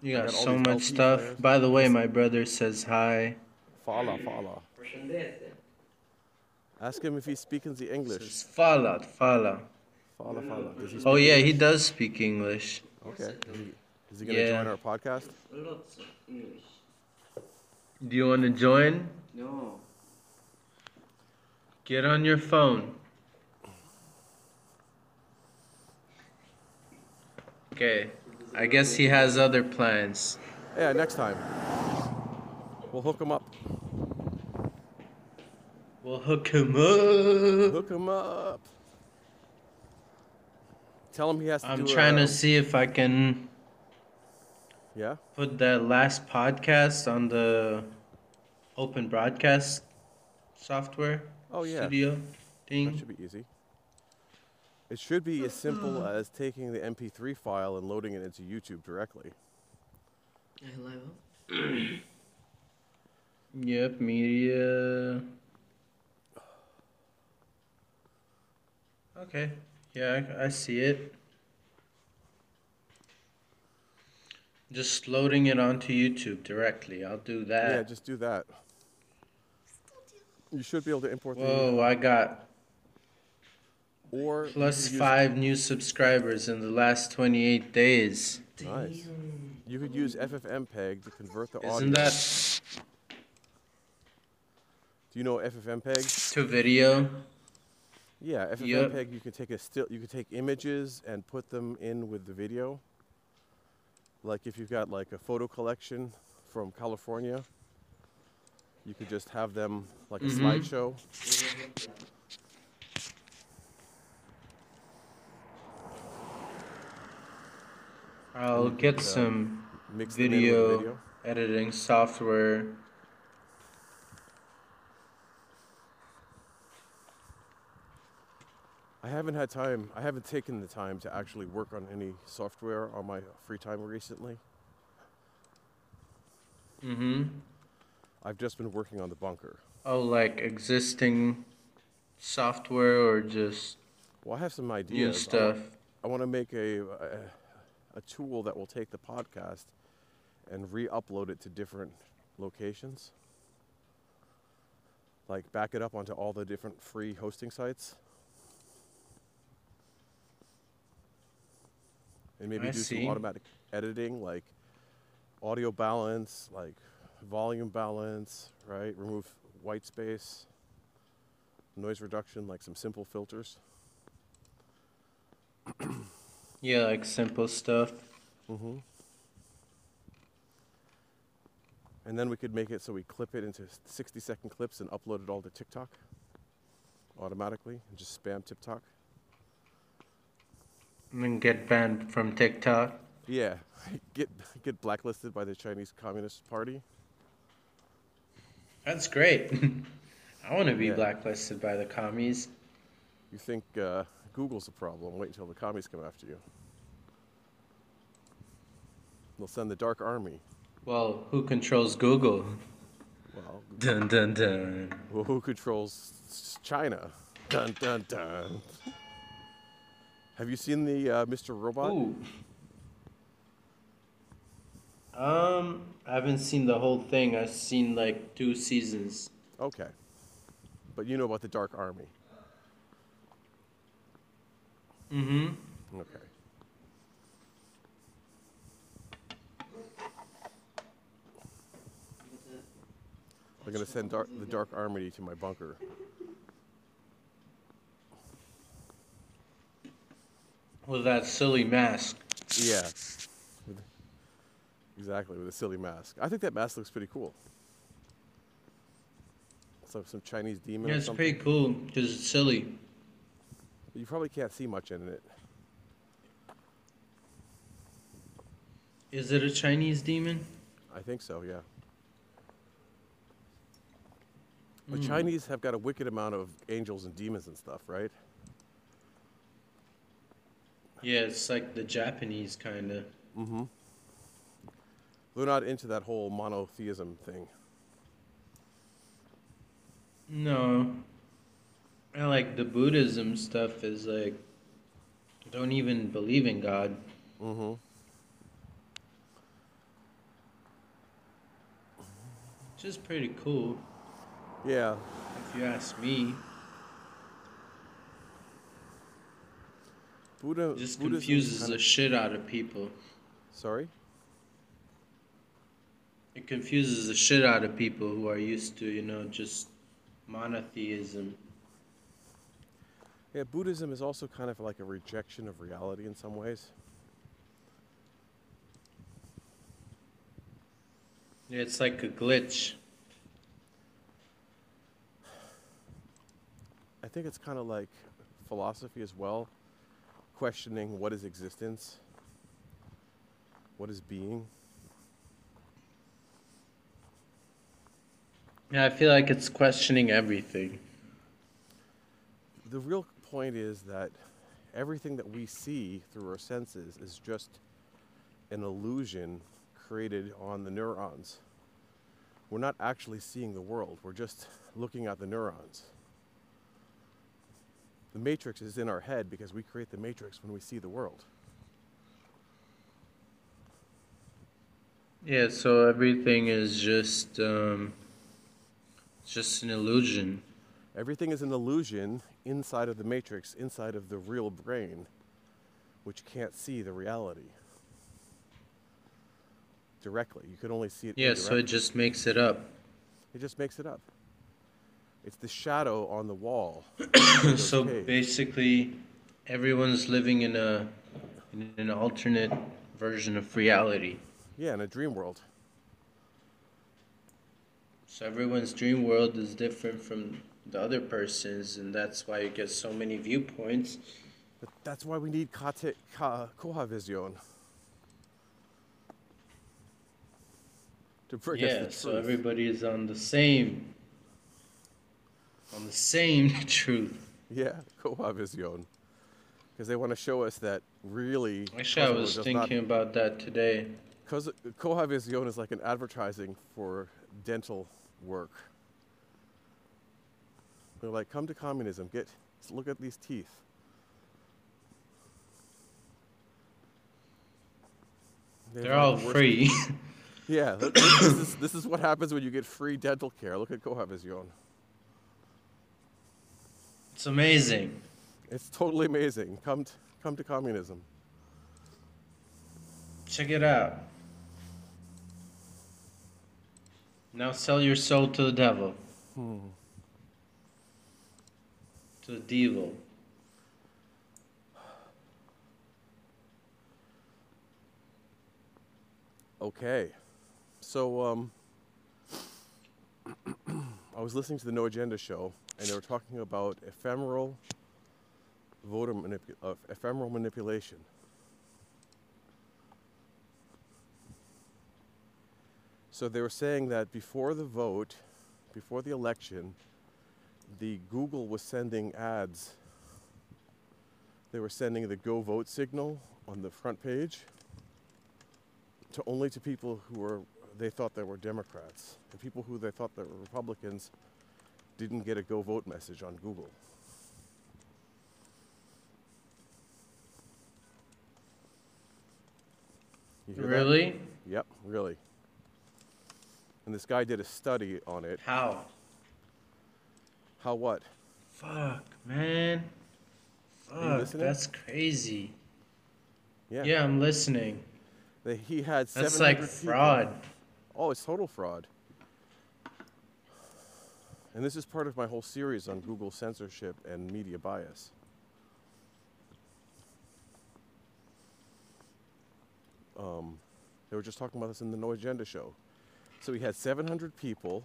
Speaker 2: You
Speaker 1: I
Speaker 2: got
Speaker 1: got all
Speaker 2: so
Speaker 1: these
Speaker 2: much
Speaker 1: LP
Speaker 2: stuff.
Speaker 1: players.
Speaker 2: By the way, my brother says hi.
Speaker 1: Fala, fala.
Speaker 3: Përshëndetje.
Speaker 1: Ask him if he speaks the English.
Speaker 2: Says fala, fala.
Speaker 1: Fala, fala. Does he
Speaker 2: Oh,
Speaker 1: speak
Speaker 2: yeah, he
Speaker 1: English?
Speaker 2: does speak English.
Speaker 1: Okay. Is he gonna
Speaker 2: Yeah.
Speaker 1: join our podcast?
Speaker 3: Lots of English.
Speaker 2: Do you want to join?
Speaker 3: No.
Speaker 2: Get on your phone. Okay. I guess he has other plans.
Speaker 1: Yeah, next time. We'll hook him up.
Speaker 2: We'll hook him up.
Speaker 1: Hook him up. Tell him he has to
Speaker 2: I'm
Speaker 1: do
Speaker 2: trying
Speaker 1: a,
Speaker 2: to see if I can
Speaker 1: Yeah?
Speaker 2: put that last podcast on the open broadcast software
Speaker 1: Oh, yeah.
Speaker 2: studio
Speaker 1: That
Speaker 2: thing.
Speaker 1: should be easy. It should be as
Speaker 2: Hmm.
Speaker 1: simple as taking the MP3 file and loading it into YouTube directly.
Speaker 3: Hello.
Speaker 2: Yep, media. Okay. Yeah, I, I see it. Just loading it onto YouTube directly. I'll do that.
Speaker 1: Yeah, just do that. You should be able to import the
Speaker 2: Whoa, I got
Speaker 1: or you
Speaker 2: plus
Speaker 1: could use-
Speaker 2: five new subscribers in the last 28 days.
Speaker 1: Nice. You could use FFmpeg to convert the audio.
Speaker 2: Isn't that
Speaker 1: Do you know FFmpeg?
Speaker 2: to video?
Speaker 1: Yeah, FFmpeg. You can take a still. You can take images and put them in with the video. Like if you've got like a photo collection from California, you could just have them like a
Speaker 2: Mhm.
Speaker 1: slideshow.
Speaker 2: I'll get some
Speaker 1: Mix them in with the
Speaker 2: video
Speaker 1: video.
Speaker 2: editing software.
Speaker 1: I haven't had time. I haven't taken the time to actually work on any software on my free time recently.
Speaker 2: Mm-hmm.
Speaker 1: I've just been working on the bunker.
Speaker 2: Oh, like existing software or just
Speaker 1: Well, I have some
Speaker 2: new
Speaker 1: ideas. I wa-
Speaker 2: stuff?
Speaker 1: I want to make a, a a tool that will take the podcast and re-upload it to different locations. Like back it up onto all the different free hosting sites. And maybe
Speaker 2: I
Speaker 1: do
Speaker 2: see.
Speaker 1: some automatic editing like audio balance, like volume balance, right? Remove white space, noise reduction, like some simple filters.
Speaker 2: Yeah, like simple stuff.
Speaker 1: Mm-hmm. And then we could make it so we clip it into 60 second clips and upload it all to TikTok automatically and just spam TikTok?
Speaker 2: And then get banned from TikTok.
Speaker 1: Yeah, get get blacklisted by the Chinese Communist Party.
Speaker 2: That's great. I want to be
Speaker 1: Yeah.
Speaker 2: blacklisted by the commies.
Speaker 1: You think uh, Google's a problem? Wait until the commies come after you. They'll send the dark army.
Speaker 2: Well, who controls Google?
Speaker 1: Well,
Speaker 2: Dun dun dun.
Speaker 1: well who controls s- China? Dun dun dun. Have you seen the uh, Mr. Robot?
Speaker 2: Ooh. Um, I haven't seen the whole thing. I've seen like two seasons.
Speaker 1: Okay. But you know about the dark army.
Speaker 2: Mm-hmm.
Speaker 1: Okay. They're gonna send dark, the dark army to my bunker.
Speaker 2: With that silly mask.
Speaker 1: Yeah. With- exactly with a silly mask. I think that mask looks pretty cool. So some Chinese demon
Speaker 2: Yeah,
Speaker 1: or
Speaker 2: it's
Speaker 1: something.
Speaker 2: pretty cool because it's silly.
Speaker 1: You probably can't see much in it.
Speaker 2: Is it a Chinese demon?
Speaker 1: I think so. Yeah. The Chinese have got a wicked amount of angels and demons and stuff, right?
Speaker 2: Yeah, it's like the Japanese kind of.
Speaker 1: They're not into that whole monotheism thing.
Speaker 2: No. And like the Buddhism stuff is like don't even believe in God.
Speaker 1: Mm-hmm.
Speaker 2: Which is pretty cool,
Speaker 1: Yeah.
Speaker 2: if you ask me.
Speaker 1: Buddha
Speaker 2: It just
Speaker 1: Buddhism is
Speaker 2: confuses
Speaker 1: kinda-
Speaker 2: the shit out of people.
Speaker 1: Sorry.
Speaker 2: It confuses the shit out of people who are used to, you know, just monotheism.
Speaker 1: Yeah, Buddhism is also kind of like a rejection of reality in some ways.
Speaker 2: Yeah, It's like a glitch.
Speaker 1: I think it's kind of like philosophy as well, questioning what is existence, what is being.
Speaker 2: Yeah, I feel like it's questioning everything.
Speaker 1: The real point is that everything that we see through our senses is just an illusion created on the neurons. We're not actually seeing the world, we're just looking at the neurons. The matrix is in our head because we create the matrix when we see the world.
Speaker 2: Yeah, so everything is just um just an illusion.
Speaker 1: Everything is an illusion inside of the matrix, inside of the real brain, which can't see the reality directly. You can only see it.
Speaker 2: Yeah, so
Speaker 1: indirectly.
Speaker 2: it just makes it up.
Speaker 1: It just makes it up. It's the shadow on the wall.
Speaker 2: So
Speaker 1: Okay.
Speaker 2: basically, everyone's living in a in an alternate version of reality.
Speaker 1: Yeah, in a dream world.
Speaker 2: So everyone's dream world is different from the other person's, and that's why you get so many viewpoints.
Speaker 1: But that's why we need kate, ka, cohavision. To bring us the
Speaker 2: Yeah,
Speaker 1: truth.
Speaker 2: so everybody is on the same on the same truth.
Speaker 1: yeah, cohavision. Because they want to show us that really.
Speaker 2: Actually, I
Speaker 1: Kosovo
Speaker 2: was
Speaker 1: does not
Speaker 2: thinking about that today.
Speaker 1: Because Cohavision is like an advertising for dental work. They're like, come to communism, get look at these teeth. They have
Speaker 2: They're
Speaker 1: like
Speaker 2: all
Speaker 1: the worst-
Speaker 2: free.
Speaker 1: Yeah, th- this is, this is what happens when you get free dental care. Look at Cohavision.
Speaker 2: it's amazing.
Speaker 1: It's totally amazing. Come t- come to communism.
Speaker 2: Check it out. Now sell your soul to the devil.
Speaker 1: Hmm.
Speaker 2: To the devil.
Speaker 1: Okay. So um I was listening to the No Agenda show and they were talking about ephemeral voter manipu- uh, ephemeral manipulation. So they were saying that before the vote, before the election, the Google was sending ads. They were sending the go vote signal on the front page to only to people who were they thought they were Democrats. The people who they thought they were Republicans didn't get a go vote message on Google. You hear that?
Speaker 2: Really?
Speaker 1: Yep, really. And this guy did a study on it.
Speaker 2: How?
Speaker 1: How what?
Speaker 2: Fuck, man.
Speaker 1: you
Speaker 2: Fuck,
Speaker 1: listening?
Speaker 2: that's crazy.
Speaker 1: Yeah.
Speaker 2: Yeah, I'm listening.
Speaker 1: They, he had
Speaker 2: That's
Speaker 1: 700
Speaker 2: like
Speaker 1: people.
Speaker 2: fraud.
Speaker 1: Oh, it's total fraud. And this is part of my whole series on Google censorship and media bias. Um, they were just talking about this in the No Agenda show. So we had 700 people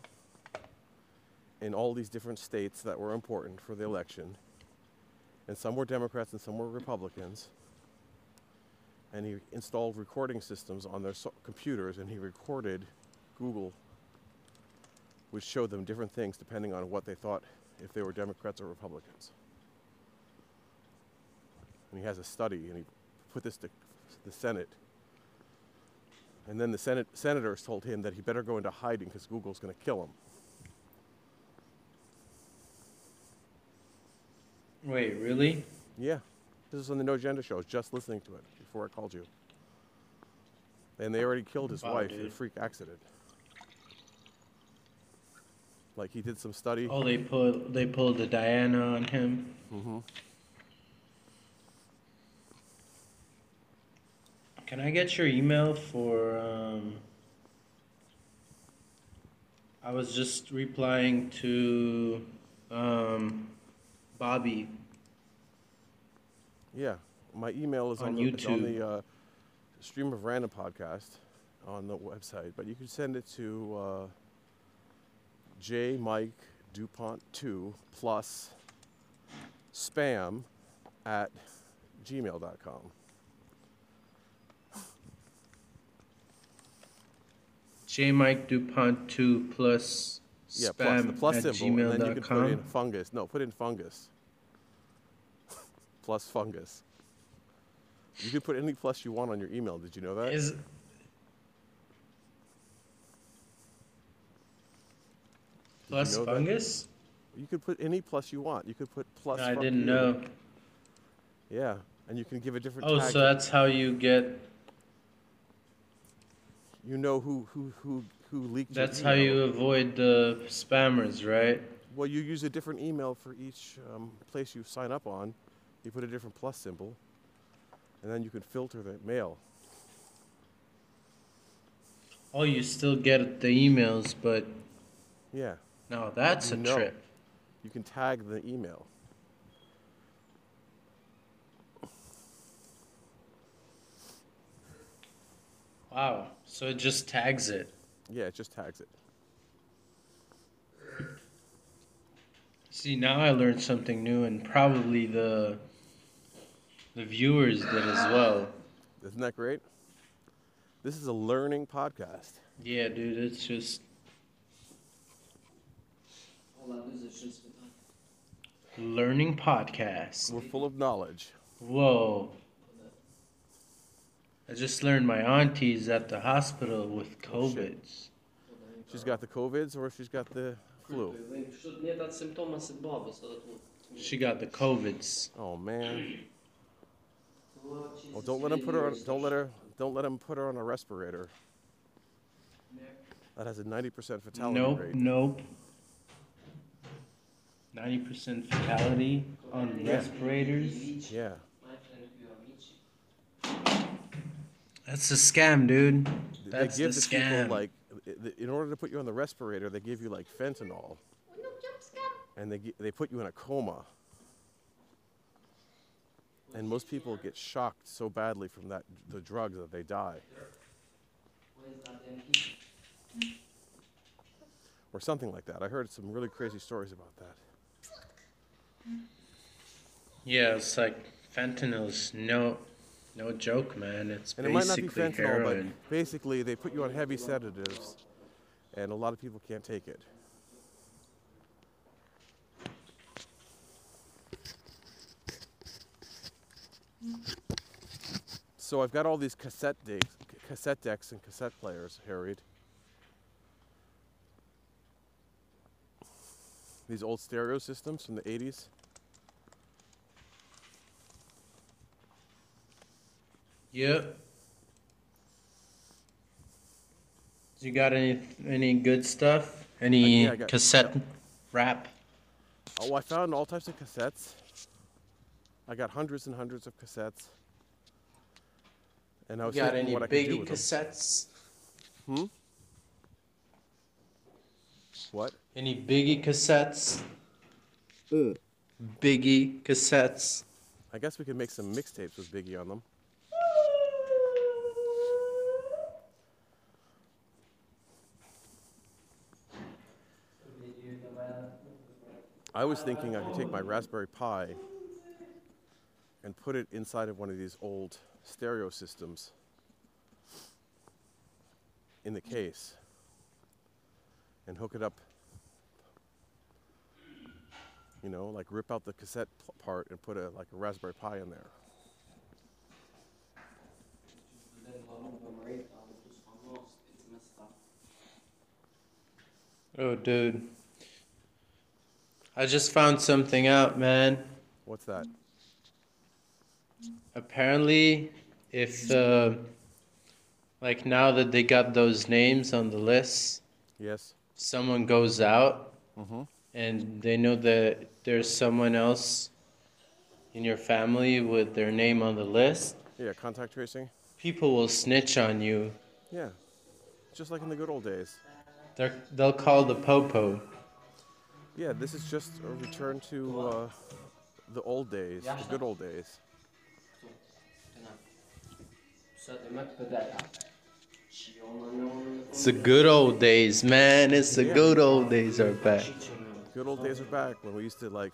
Speaker 1: in all these different states that were important for the election, and some were Democrats and some were Republicans. And he installed recording systems on their so- computers, and he recorded Google, which showed them different things depending on what they thought if they were Democrats or Republicans. And he has a study, and he put this to the Senate. And then the Senate senators told him that he better go into hiding because Google's going to kill him.
Speaker 2: Wait, really?
Speaker 1: Yeah. This is on the No Agenda show. I was just listening to it before I called you. And they already killed his
Speaker 2: Wow,
Speaker 1: wife in a
Speaker 2: dude.
Speaker 1: freak accident. Like he did some study.
Speaker 2: Oh, they pulled they pulled the Diana on him.
Speaker 1: Mm-hmm.
Speaker 2: Can I get your email for? Um, I was just replying to um, Bobby.
Speaker 1: Yeah. My email is on,
Speaker 2: On
Speaker 1: the, it's on
Speaker 2: YouTube.
Speaker 1: the uh, Stream of Random podcast on the website, but you can send it to uh, J Mike Dupont two plus spam at gmail.com.
Speaker 2: J Mike Dupont two plus spam
Speaker 1: Yeah, plus the plus
Speaker 2: at
Speaker 1: symbol, and then you can put in
Speaker 2: gmail.com.
Speaker 1: fungus. No, put in fungus. plus fungus. You can put any plus you want on your email. Did you know that?
Speaker 2: Is plus
Speaker 1: know that?
Speaker 2: fungus?
Speaker 1: you could put any plus you want. You could put plus.
Speaker 2: No, I
Speaker 1: fuck
Speaker 2: didn't
Speaker 1: you.
Speaker 2: know.
Speaker 1: Yeah, and you can give a different
Speaker 2: Oh,
Speaker 1: tag.
Speaker 2: so that's how you get.
Speaker 1: you know who who who who leaked. your
Speaker 2: That's how
Speaker 1: email.
Speaker 2: you avoid the spammers, right?
Speaker 1: Well, you use a different email for each um, place you sign up on. You put a different plus symbol, and then you can filter the mail.
Speaker 2: Oh, you still get the emails, but
Speaker 1: Yeah.
Speaker 2: now that's a
Speaker 1: No.
Speaker 2: trip.
Speaker 1: You can tag the email.
Speaker 2: Wow. So it just tags it.
Speaker 1: Yeah, it just tags it.
Speaker 2: See, now I learned something new, and probably the the viewers did as well.
Speaker 1: Isn't that great? This is a learning podcast.
Speaker 2: Yeah, dude, it's just
Speaker 3: All I lose is just the time.
Speaker 2: learning podcast.
Speaker 1: We're full of knowledge.
Speaker 2: Whoa. I just learned my auntie's at the hospital with COVID.
Speaker 1: She's got the COVIDs or she's got the flu.
Speaker 3: Щоб не дати симптоми себе, це тут.
Speaker 2: She got the COVIDs.
Speaker 1: Oh man. Well, don't let him put her. On, don't let her. Don't let him put her on a respirator. That has a 90% fatality
Speaker 2: Nope,
Speaker 1: rate.
Speaker 2: nope. 90% fatality on
Speaker 1: Yeah.
Speaker 2: respirators.
Speaker 1: Yeah.
Speaker 2: That's a scam, dude.
Speaker 1: They-
Speaker 2: That's
Speaker 1: they give
Speaker 2: the
Speaker 1: the
Speaker 2: scam.
Speaker 1: people like, i- in order to put you on the respirator, they give you like fentanyl, and they gi- they put you in a coma. And most people get shocked so badly from that the drug that they die. or something like that. I heard some really crazy stories about that.
Speaker 2: Yeah, it's like fentanyl's no, no joke, man. It's
Speaker 1: And it might not be
Speaker 2: basically
Speaker 1: fentanyl,
Speaker 2: heroin.
Speaker 1: but basically they put you on heavy sedatives, and a lot of people can't take it. So I've got all these cassette decks, cassette decks and cassette players, Harried. These old stereo systems from the 80s.
Speaker 2: Yeah. You got any any good stuff? Any
Speaker 1: yeah, I got-
Speaker 2: cassette rap?
Speaker 1: Oh, I found all types of cassettes. I got hundreds and hundreds of cassettes. And I was
Speaker 2: You got
Speaker 1: thinking
Speaker 2: any
Speaker 1: Oh, what I could do
Speaker 2: biggie
Speaker 1: with them.
Speaker 2: cassettes?
Speaker 1: What?
Speaker 2: Any biggie cassettes? Biggie cassettes.
Speaker 1: I guess we could make some mixtapes with Biggie on them. I was thinking I could take my Raspberry Pi and put it inside of one of these old stereo systems in the case and hook it up. You know, like rip out the cassette p- part and put a like a Raspberry Pi in there.
Speaker 2: Oh, dude. I just found something out, man.
Speaker 1: What's that?
Speaker 2: Apparently, if uh, like now that they got those names on the list,
Speaker 1: Yes.
Speaker 2: someone goes out and they know that there's someone else in your family with their name on the list,
Speaker 1: Yeah, contact tracing.
Speaker 2: people will snitch on you.
Speaker 1: Yeah. Just like in the good old days.
Speaker 2: They're, they'll call the popo.
Speaker 1: Yeah, this is just a return to uh, the old days, the good old days.
Speaker 2: It's the good old days, man. It's the
Speaker 1: Yeah.
Speaker 2: good old days are back.
Speaker 1: Good old days are back when we used to like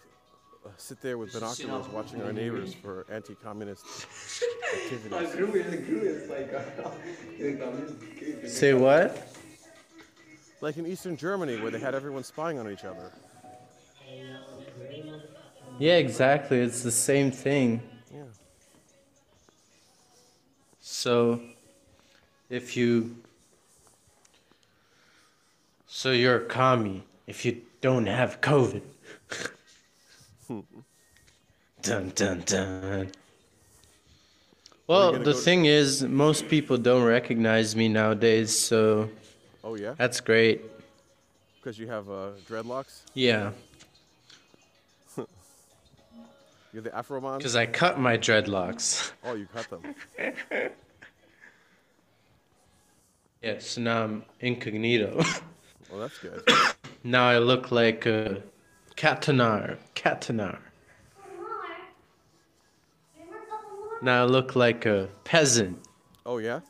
Speaker 1: uh, sit there with binoculars watching our neighbors for anti-communist activities.
Speaker 2: Say what?
Speaker 1: Like in Eastern Germany where they had everyone spying on each other.
Speaker 2: Yeah, exactly. It's the same thing.
Speaker 1: Yeah.
Speaker 2: So, if you. So you're a commie if you don't have COVID. dun dun dun. Well,
Speaker 1: gonna go
Speaker 2: the
Speaker 1: to-
Speaker 2: thing is, most people don't recognize me nowadays, so
Speaker 1: Oh yeah,
Speaker 2: that's great.
Speaker 1: because you have uh, dreadlocks.
Speaker 2: Yeah,
Speaker 1: You're the Afroman.
Speaker 2: because I cut my dreadlocks.
Speaker 1: Oh, you cut them.
Speaker 2: Yeah, so now I'm um, incognito.
Speaker 1: Well, that's good.
Speaker 2: now I look like uh, Katanar. Katanar. Now I look like a peasant.
Speaker 1: Oh yeah.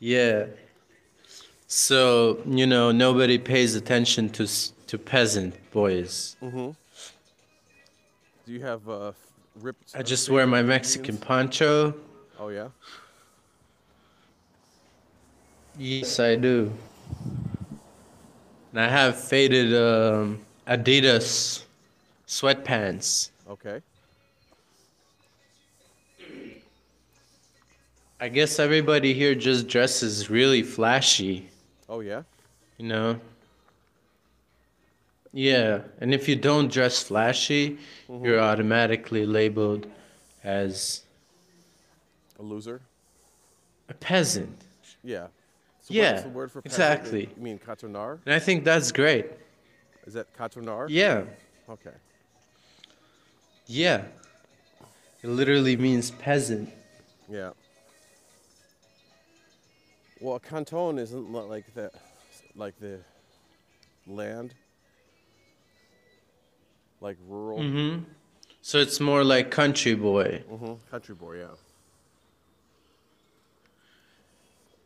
Speaker 2: Yeah. So you know nobody pays attention to s- to peasant boys.
Speaker 1: Do you have uh, f- ripped?
Speaker 2: I just wear my Mexican poncho.
Speaker 1: Oh yeah.
Speaker 2: Yes, I do. And I have faded um, Adidas sweatpants.
Speaker 1: Okay.
Speaker 2: I guess everybody here just dresses really flashy,
Speaker 1: Oh yeah.
Speaker 2: you know? Yeah, and if you don't dress flashy, you're automatically labeled as
Speaker 1: A loser.
Speaker 2: a peasant.
Speaker 1: Yeah. So
Speaker 2: Yeah,
Speaker 1: What's the word for peasant?
Speaker 2: exactly.
Speaker 1: You mean katonar?
Speaker 2: And I think that's great.
Speaker 1: Is that katonar?
Speaker 2: Yeah,
Speaker 1: Okay.
Speaker 2: yeah. It literally means peasant.
Speaker 1: Yeah. Well, a canton isn't li- like the, like the land, like rural
Speaker 2: Mm-hmm. So it's more like country boy.
Speaker 1: Mhm, country boy. Yeah.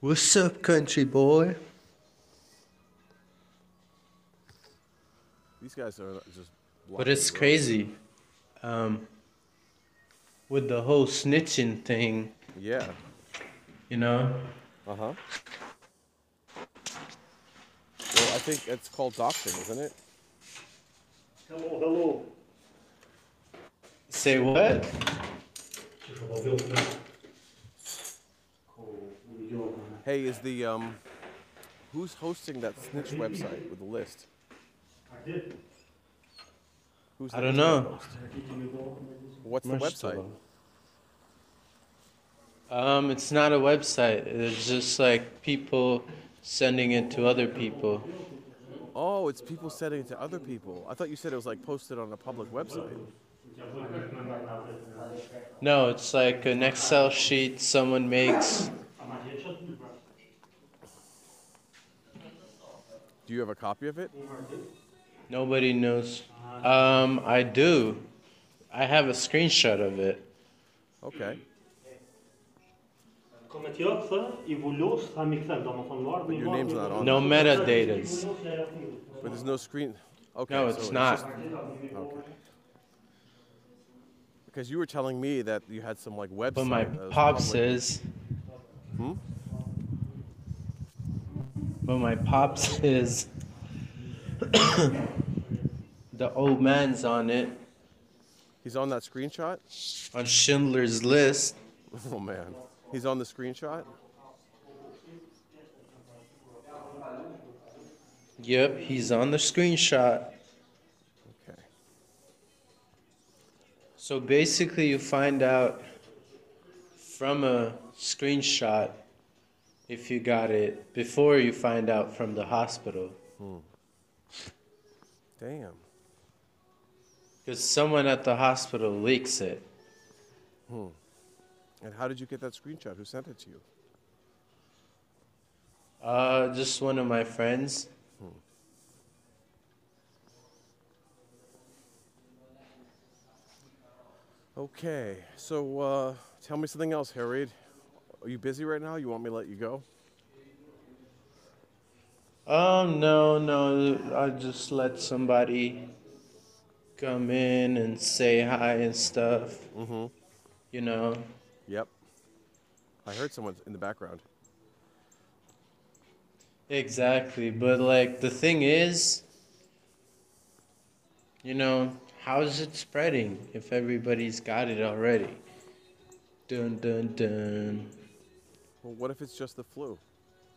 Speaker 2: What's up, country boy?
Speaker 1: These guys are just.
Speaker 2: But
Speaker 1: blocking
Speaker 2: it's
Speaker 1: the road.
Speaker 2: crazy. Um, with the whole snitching thing,
Speaker 1: Yeah.
Speaker 2: you know?
Speaker 1: Uh huh. Well, I think it's called doxing, isn't it?
Speaker 4: Hello, hello.
Speaker 2: Say what?
Speaker 4: Deixa eu provar o meu. Com o idioma, né?
Speaker 1: Hey, is the um, who's hosting that snitch website with the list?
Speaker 4: Aqui?
Speaker 1: Who's
Speaker 2: I
Speaker 1: the
Speaker 2: don't
Speaker 1: internet
Speaker 2: know.
Speaker 1: host?
Speaker 4: Aqui que me dou, mas isso-
Speaker 1: What's the website?
Speaker 2: Um, it's not a website. It's just like people sending it to other people.
Speaker 1: Oh, it's people sending it to other people. I thought you said it was like posted on a public website.
Speaker 2: No, it's like an Excel sheet someone makes.
Speaker 1: Do you have a copy of it?
Speaker 2: Nobody knows. Um, I do. I have a screenshot of it.
Speaker 1: Okay.
Speaker 4: Kommentjørsa, Ivolos, har miksen, da må han være med.
Speaker 1: your name's not on
Speaker 2: No metadatas.
Speaker 1: But there's no screen. Okay.
Speaker 2: No,
Speaker 1: so
Speaker 2: it's not.
Speaker 1: just- okay. Because you were telling me that you had some like website.
Speaker 2: But my
Speaker 1: that was
Speaker 2: pop
Speaker 1: public.
Speaker 2: says. But my pop says. the old man's on it
Speaker 1: he's on that screenshot.
Speaker 2: on Schindler's List.
Speaker 1: Oh man, he's on the screenshot.
Speaker 2: Yep, he's on the screenshot.
Speaker 1: Okay.
Speaker 2: So basically, you find out from a screenshot if you got it before you find out from the hospital.
Speaker 1: Damn.
Speaker 2: Because someone at the hospital leaks it.
Speaker 1: And how did you get that screenshot? Who sent it to you?
Speaker 2: Uh, just one of my friends.
Speaker 1: Okay, so uh, tell me something else, Harriet. Are you busy right now? You want me to let you go?
Speaker 2: Oh, no, no. I just let somebody come in and say hi and stuff.
Speaker 1: Mhm.
Speaker 2: You know?
Speaker 1: Yep. I heard someone in the background.
Speaker 2: Exactly. But, like, the thing is, you know, how is it spreading if everybody's got it already? Dun, dun, dun.
Speaker 1: Well, what if it's just the flu?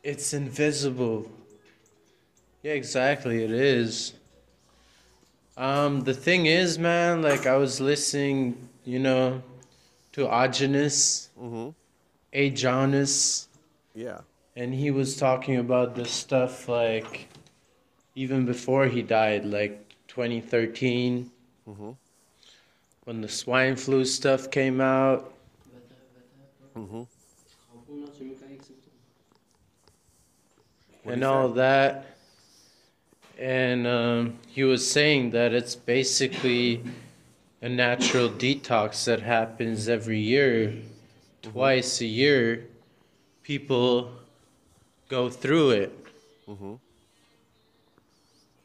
Speaker 2: It's invisible. Yeah, exactly. It is. Um, the thing is, man, like I was listening, you know, to Ajanus,
Speaker 1: Mm-hmm.
Speaker 2: Ajanus,
Speaker 1: Yeah.
Speaker 2: and he was talking about this stuff like even before he died, like 2013,
Speaker 1: Mm-hmm.
Speaker 2: when the swine flu stuff came out.
Speaker 1: Mm-hmm. What'd
Speaker 2: and
Speaker 1: he say?
Speaker 2: all that. And um, he was saying that it's basically a natural detox that happens every year, twice a year. People go through it.
Speaker 1: Mm-hmm.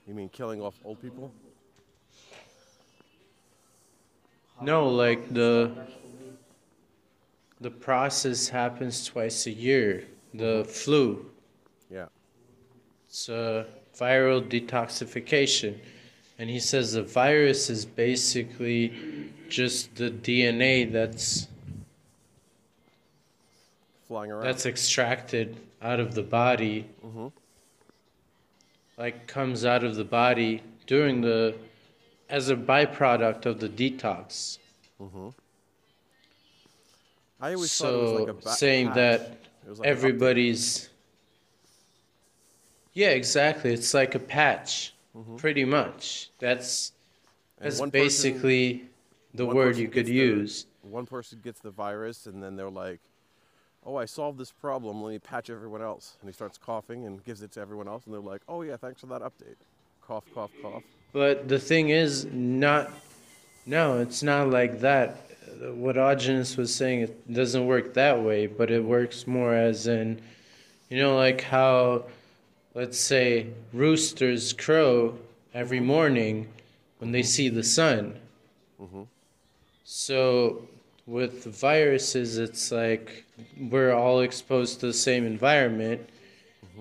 Speaker 1: You mean killing off old people?
Speaker 2: No, like the the process happens twice a year. The flu,
Speaker 1: Yeah.
Speaker 2: It's a viral detoxification. And he says the virus is basically just the DNA that's
Speaker 1: Flying around.
Speaker 2: that's extracted out of the body,
Speaker 1: Mhm.
Speaker 2: like comes out of the body during the as a byproduct of the detox.
Speaker 1: I always thought it was
Speaker 2: So
Speaker 1: like a ba-
Speaker 2: saying
Speaker 1: patch.
Speaker 2: that
Speaker 1: It was like an update.
Speaker 2: everybody's yeah, exactly. It's like a patch, pretty much. That's
Speaker 1: Mm-hmm. And
Speaker 2: that's
Speaker 1: one person-
Speaker 2: basically the
Speaker 1: one
Speaker 2: word
Speaker 1: person
Speaker 2: you could
Speaker 1: gets the-
Speaker 2: use.
Speaker 1: One person gets the virus, and then they're like, "Oh, I solved this problem. Let me patch everyone else." And he starts coughing and gives it to everyone else, and they're like, "Oh yeah, thanks for that update." Cough, cough, cough.
Speaker 2: But the thing is, not. No, it's not like that. Uh, What Augenus was saying, it doesn't work that way, but it works more as in, you know, like how, let's say, roosters crow every morning when they see the sun. So with viruses, it's like we're all exposed to the same environment,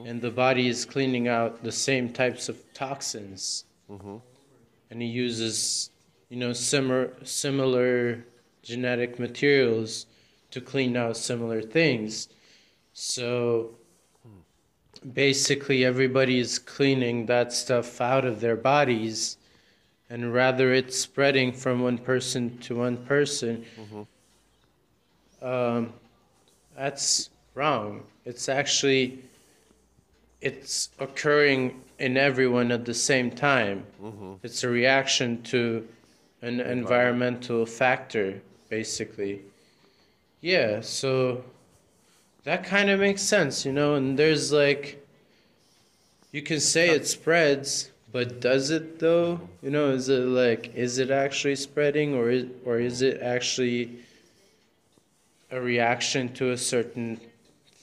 Speaker 2: and the body is cleaning out the same types of toxins. And it uses, you know, similar similar genetic materials to clean out similar things. So basically, everybody is cleaning that stuff out of their bodies and rather it's spreading from one person to one person, um, that's wrong. It's actually it's occurring in everyone at the same time. It's a reaction to an environmental factor, basically. Yeah, so that kind of makes sense, you know. And there's like. You can say it spreads, but does it though? You know, is it like is it actually spreading or is, or is it actually a reaction to a certain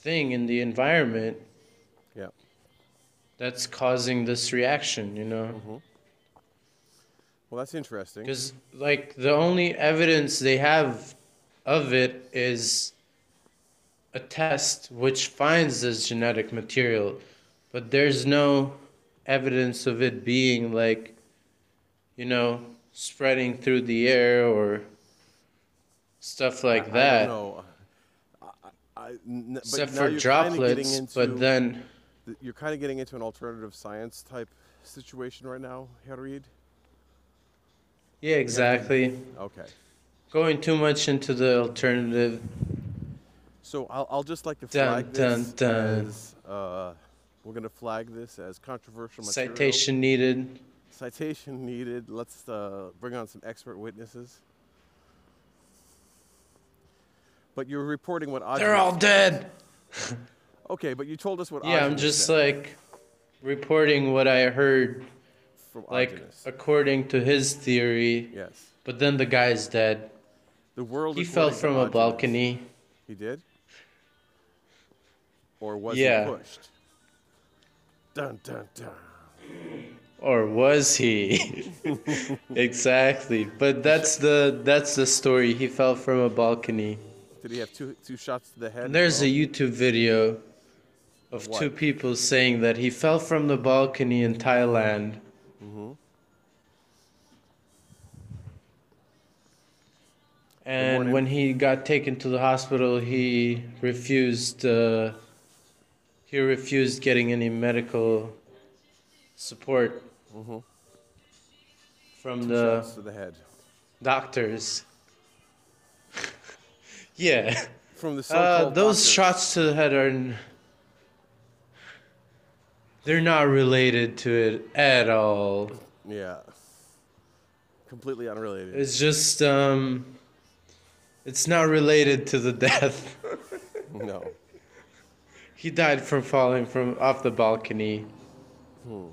Speaker 2: thing in the environment
Speaker 1: Yeah.
Speaker 2: that's causing this reaction, you
Speaker 1: Mm-hmm.
Speaker 2: know?
Speaker 1: Well, that's interesting.
Speaker 2: Cuz like the only evidence they have of it is a test which finds this genetic material, but there's no evidence of it being like, you know, spreading through the air or stuff like
Speaker 1: I
Speaker 2: that.
Speaker 1: don't know. I, I, I- n- but
Speaker 2: Except
Speaker 1: now
Speaker 2: for
Speaker 1: you're kinda getting
Speaker 2: droplets, but
Speaker 1: into-
Speaker 2: then
Speaker 1: th- you're kind of getting into an alternative science type situation right now, Harid.
Speaker 2: yeah, exactly.
Speaker 1: Okay.
Speaker 2: Going too much into the alternative.
Speaker 1: So I'll, I'll just like to
Speaker 2: Dun,
Speaker 1: flag
Speaker 2: dun,
Speaker 1: this
Speaker 2: dun.
Speaker 1: as uh, we're gonna flag this as controversial material.
Speaker 2: Citation needed.
Speaker 1: Citation needed. Let's uh, bring on some expert witnesses. But you're reporting what Ajmer.
Speaker 2: They're all dead.
Speaker 1: okay, but you told us what.
Speaker 2: Yeah, I'm
Speaker 1: Ajmer
Speaker 2: just
Speaker 1: said
Speaker 2: like reporting what I heard,
Speaker 1: from
Speaker 2: like
Speaker 1: Ajmer's.
Speaker 2: according to his theory.
Speaker 1: yes,
Speaker 2: But then the guy's dead.
Speaker 1: the world.
Speaker 2: He fell
Speaker 1: according to
Speaker 2: from a
Speaker 1: Ajmer's.
Speaker 2: balcony.
Speaker 1: He did? Or was
Speaker 2: Yeah.
Speaker 1: he pushed? Dun dun dun.
Speaker 2: Or was he? exactly. But that's the that's the story. He fell from a balcony.
Speaker 1: Did he have two two shots to the head?
Speaker 2: And there's a
Speaker 1: Oh,
Speaker 2: YouTube video of
Speaker 1: What?
Speaker 2: two people saying that he fell from the balcony in Thailand.
Speaker 1: Mm-hmm.
Speaker 2: And
Speaker 1: morning.
Speaker 2: when he got taken to the hospital, he refused. Uh, he refused getting any medical support from
Speaker 1: Mm-hmm. two
Speaker 2: the
Speaker 1: shots to the head.
Speaker 2: doctors. yeah.
Speaker 1: From the so-called
Speaker 2: Uh, those
Speaker 1: doctors.
Speaker 2: shots to the head are. n- They're not related to it at all.
Speaker 1: Yeah. Completely unrelated.
Speaker 2: It's just, um. It's not related to the death.
Speaker 1: no.
Speaker 2: he died from falling from off the balcony.
Speaker 1: Hmm.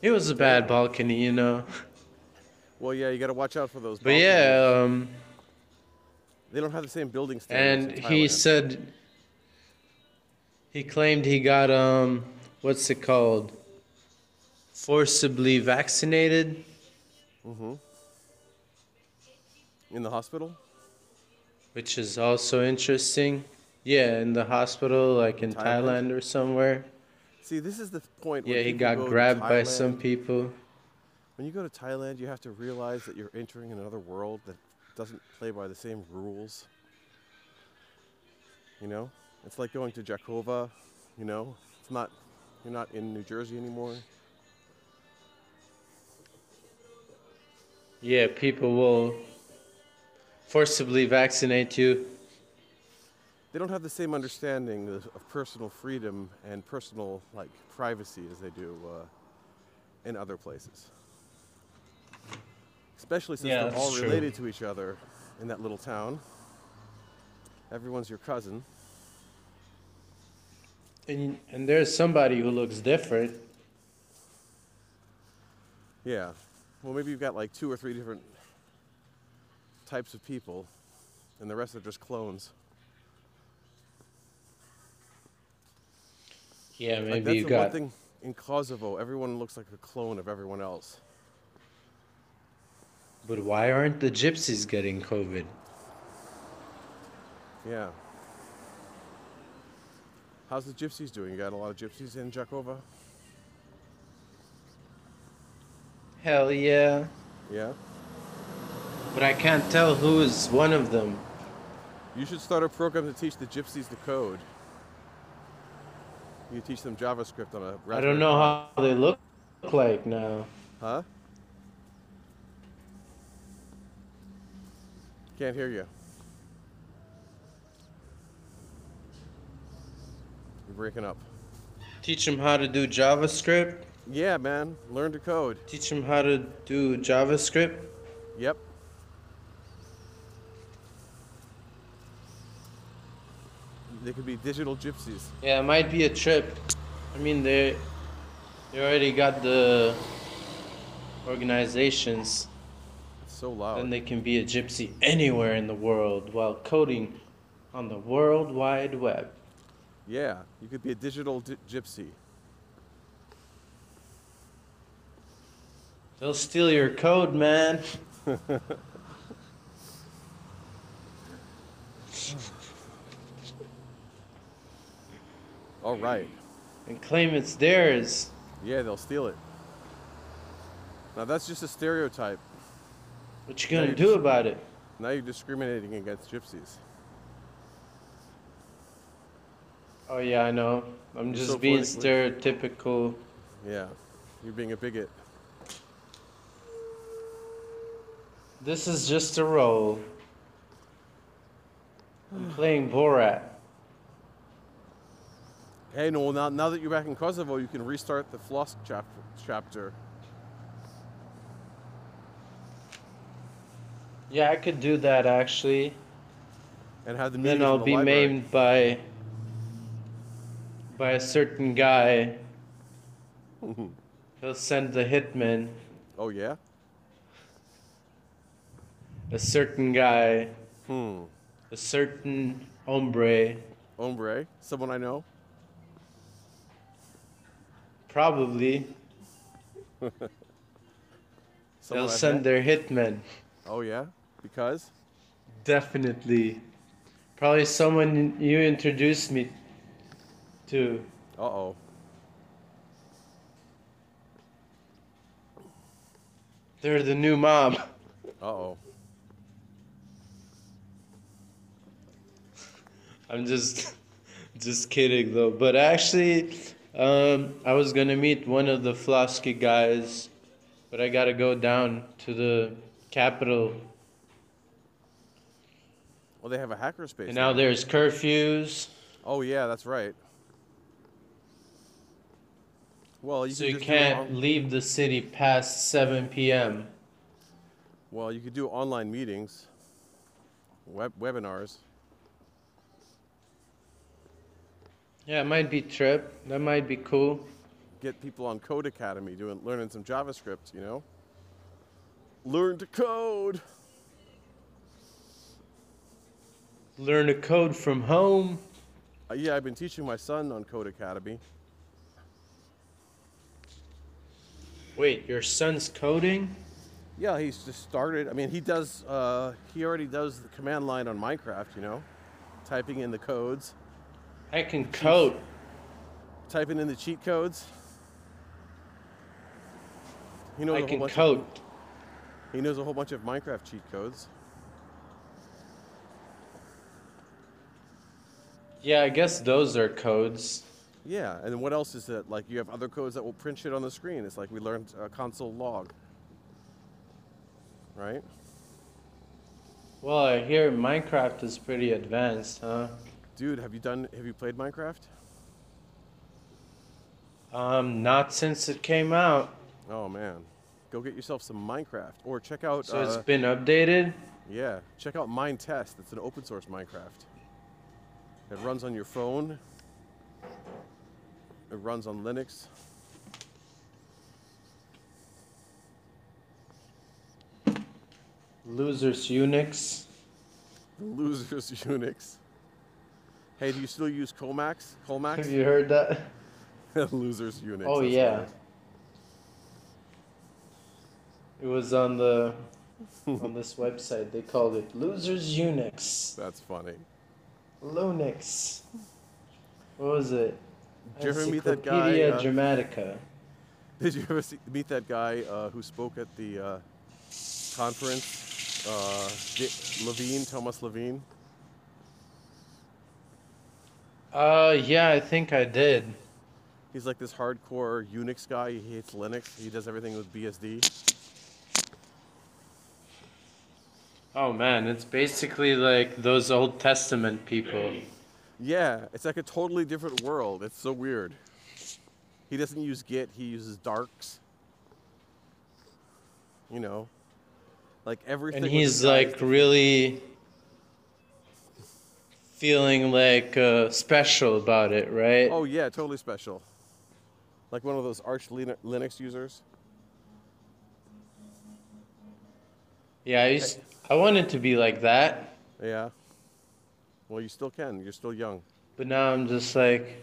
Speaker 2: It was a bad balcony, you know.
Speaker 1: Well, yeah, you got to watch out for those.
Speaker 2: But yeah, um.
Speaker 1: They don't have the same building standards.
Speaker 2: and
Speaker 1: in
Speaker 2: he
Speaker 1: Thailand.
Speaker 2: said he claimed he got um what's it called forcibly vaccinated
Speaker 1: in the hospital.
Speaker 2: which is also interesting yeah in the hospital like in
Speaker 1: Thailand?
Speaker 2: thailand, or somewhere
Speaker 1: See, this is the point. when
Speaker 2: yeah he
Speaker 1: people
Speaker 2: got
Speaker 1: go to
Speaker 2: grabbed by
Speaker 1: Thailand-
Speaker 2: some people
Speaker 1: When you go to Thailand, you have to realize that you're entering another world that doesn't play by the same rules. You know, it's like going to Jakova. You know, it's not you're not in New Jersey anymore.
Speaker 2: yeah people will forcibly vaccinate you
Speaker 1: They don't have the same understanding of, of personal freedom and personal like privacy as they do uh, in other places. Especially since
Speaker 2: Yeah,
Speaker 1: they're all
Speaker 2: that's true.
Speaker 1: related to each other in that little town. Everyone's your cousin.
Speaker 2: and and there's somebody who looks different
Speaker 1: Yeah. Well, maybe you've got like two or three different types of people, and the rest are just clones.
Speaker 2: yeah
Speaker 1: Like,
Speaker 2: maybe you
Speaker 1: the one
Speaker 2: got
Speaker 1: thing- in Kosovo, everyone looks like a clone of everyone else.
Speaker 2: But why aren't the gypsies getting COVID?
Speaker 1: Yeah. How's the gypsies doing? You got a lot of gypsies in Jakova?
Speaker 2: Hell yeah.
Speaker 1: Yeah.
Speaker 2: But I can't tell who is one of them.
Speaker 1: You should start a program to teach the gypsies to code. You teach them JavaScript on a
Speaker 2: I don't know how they look like now.
Speaker 1: Huh? Can't hear you. You're breaking up.
Speaker 2: Teach them how to do JavaScript.
Speaker 1: Yeah, man. Learn to code.
Speaker 2: Teach them how to do JavaScript.
Speaker 1: Yep. They could be digital gypsies.
Speaker 2: Yeah, it might be a trip. I mean, they they already got the organizations.
Speaker 1: It's so loud.
Speaker 2: Then they can be a gypsy anywhere in the world while coding on the World Wide Web.
Speaker 1: Yeah, you could be a digital di- gypsy.
Speaker 2: They'll steal your code, man.
Speaker 1: All right.
Speaker 2: and claim it's theirs.
Speaker 1: Yeah, they'll steal it. Now that's just a stereotype.
Speaker 2: What you gonna
Speaker 1: Right.
Speaker 2: do about it?
Speaker 1: Now you're discriminating against gypsies.
Speaker 2: Oh yeah, I know. I'm just
Speaker 1: so
Speaker 2: being
Speaker 1: politically-
Speaker 2: stereotypical.
Speaker 1: Yeah, you're being a bigot.
Speaker 2: This is just a role. I'm playing Borat.
Speaker 1: Hey, Noel, now, now that you're back in Kosovo, you can restart the Floss chap- chapter.
Speaker 2: Yeah, I could do that actually.
Speaker 1: and have the meeting.
Speaker 2: Then I'll be maimed by by a certain guy. He'll send the hitman.
Speaker 1: Oh yeah.
Speaker 2: A certain guy.
Speaker 1: Hmm.
Speaker 2: A certain hombre.
Speaker 1: Ombre, someone I know.
Speaker 2: Probably.
Speaker 1: Someone
Speaker 2: They'll
Speaker 1: I've met.
Speaker 2: send their hitman.
Speaker 1: Oh yeah. Because.
Speaker 2: Definitely. Probably someone you introduced me to.
Speaker 1: Uh oh.
Speaker 2: They're the new mom.
Speaker 1: Uh oh.
Speaker 2: I'm just just kidding though. But actually, um, I was gonna meet one of the Flosky guys, but I gotta go down to the capital.
Speaker 1: Well, they have a hacker space.
Speaker 2: And now
Speaker 1: there.
Speaker 2: there's curfews,
Speaker 1: Oh yeah, that's right. Well, you
Speaker 2: so
Speaker 1: can
Speaker 2: you
Speaker 1: just do it
Speaker 2: can't
Speaker 1: on-
Speaker 2: leave the city past 7 p.m.
Speaker 1: well, you could do online meetings, web- webinars.
Speaker 2: Yeah, it might be trip. That might be cool.
Speaker 1: Get people on Code Academy doing learning some JavaScript. You know. Learn to code.
Speaker 2: Learn a code from home.
Speaker 1: Uh, yeah, I've been teaching my son on Code Academy.
Speaker 2: Wait, your son's coding?
Speaker 1: Yeah, he's just started. I mean, he does. Uh, he already does the command line on Minecraft. You know, typing in the codes,
Speaker 2: I can code.
Speaker 1: typing in the cheat codes. He knows
Speaker 2: I
Speaker 1: a whole
Speaker 2: can
Speaker 1: bunch.
Speaker 2: code.
Speaker 1: Of, he knows a whole bunch of Minecraft cheat codes.
Speaker 2: Yeah, I guess those are codes.
Speaker 1: Yeah, and then what else is that? Like, you have other codes that will print shit on the screen. It's like we learned uh, console log. Right?
Speaker 2: Well, I hear Minecraft is pretty advanced, huh?
Speaker 1: Dude, have you done? Have you played Minecraft?
Speaker 2: Um, not since it came out.
Speaker 1: Oh man, go get yourself some Minecraft, or check out.
Speaker 2: So it's
Speaker 1: uh,
Speaker 2: been updated?
Speaker 1: Yeah, check out Mine Test. It's an open source Minecraft. It runs on your phone. It runs on Linux.
Speaker 2: Losers Unix.
Speaker 1: Losers Unix. Hey, do you still use Colmax?
Speaker 2: Have
Speaker 1: Colmax?
Speaker 2: you heard that?
Speaker 1: Losers Unix.
Speaker 2: Oh
Speaker 1: that's
Speaker 2: yeah.
Speaker 1: right.
Speaker 2: It was on the on this website. They called it Losers Unix.
Speaker 1: That's funny.
Speaker 2: Lunix. What was it?
Speaker 1: Did you ever meet that guy,
Speaker 2: Encyclopedia
Speaker 1: uh,
Speaker 2: Dramatica.
Speaker 1: Did you ever see, meet that guy uh, who spoke at the uh, conference? Uh, Di- Levine, Thomas Levine.
Speaker 2: Uh, yeah, I think I did.
Speaker 1: He's like this hardcore Unix guy. He hates Linux. He does everything with BSD.
Speaker 2: Oh man, it's basically like those Old Testament people.
Speaker 1: Yeah, it's like a totally different world. It's so weird. He doesn't use Git, he uses darks. You know? Like everything.
Speaker 2: And
Speaker 1: with
Speaker 2: he's
Speaker 1: this guy is
Speaker 2: like really feeling like uh, special about it, right?
Speaker 1: Oh, yeah, totally special. Like one of those Arch Lin- Linux users.
Speaker 2: Yeah, I used, I wanted to be like that,
Speaker 1: Yeah. Well, you still can. You're still young.
Speaker 2: but now I'm just like,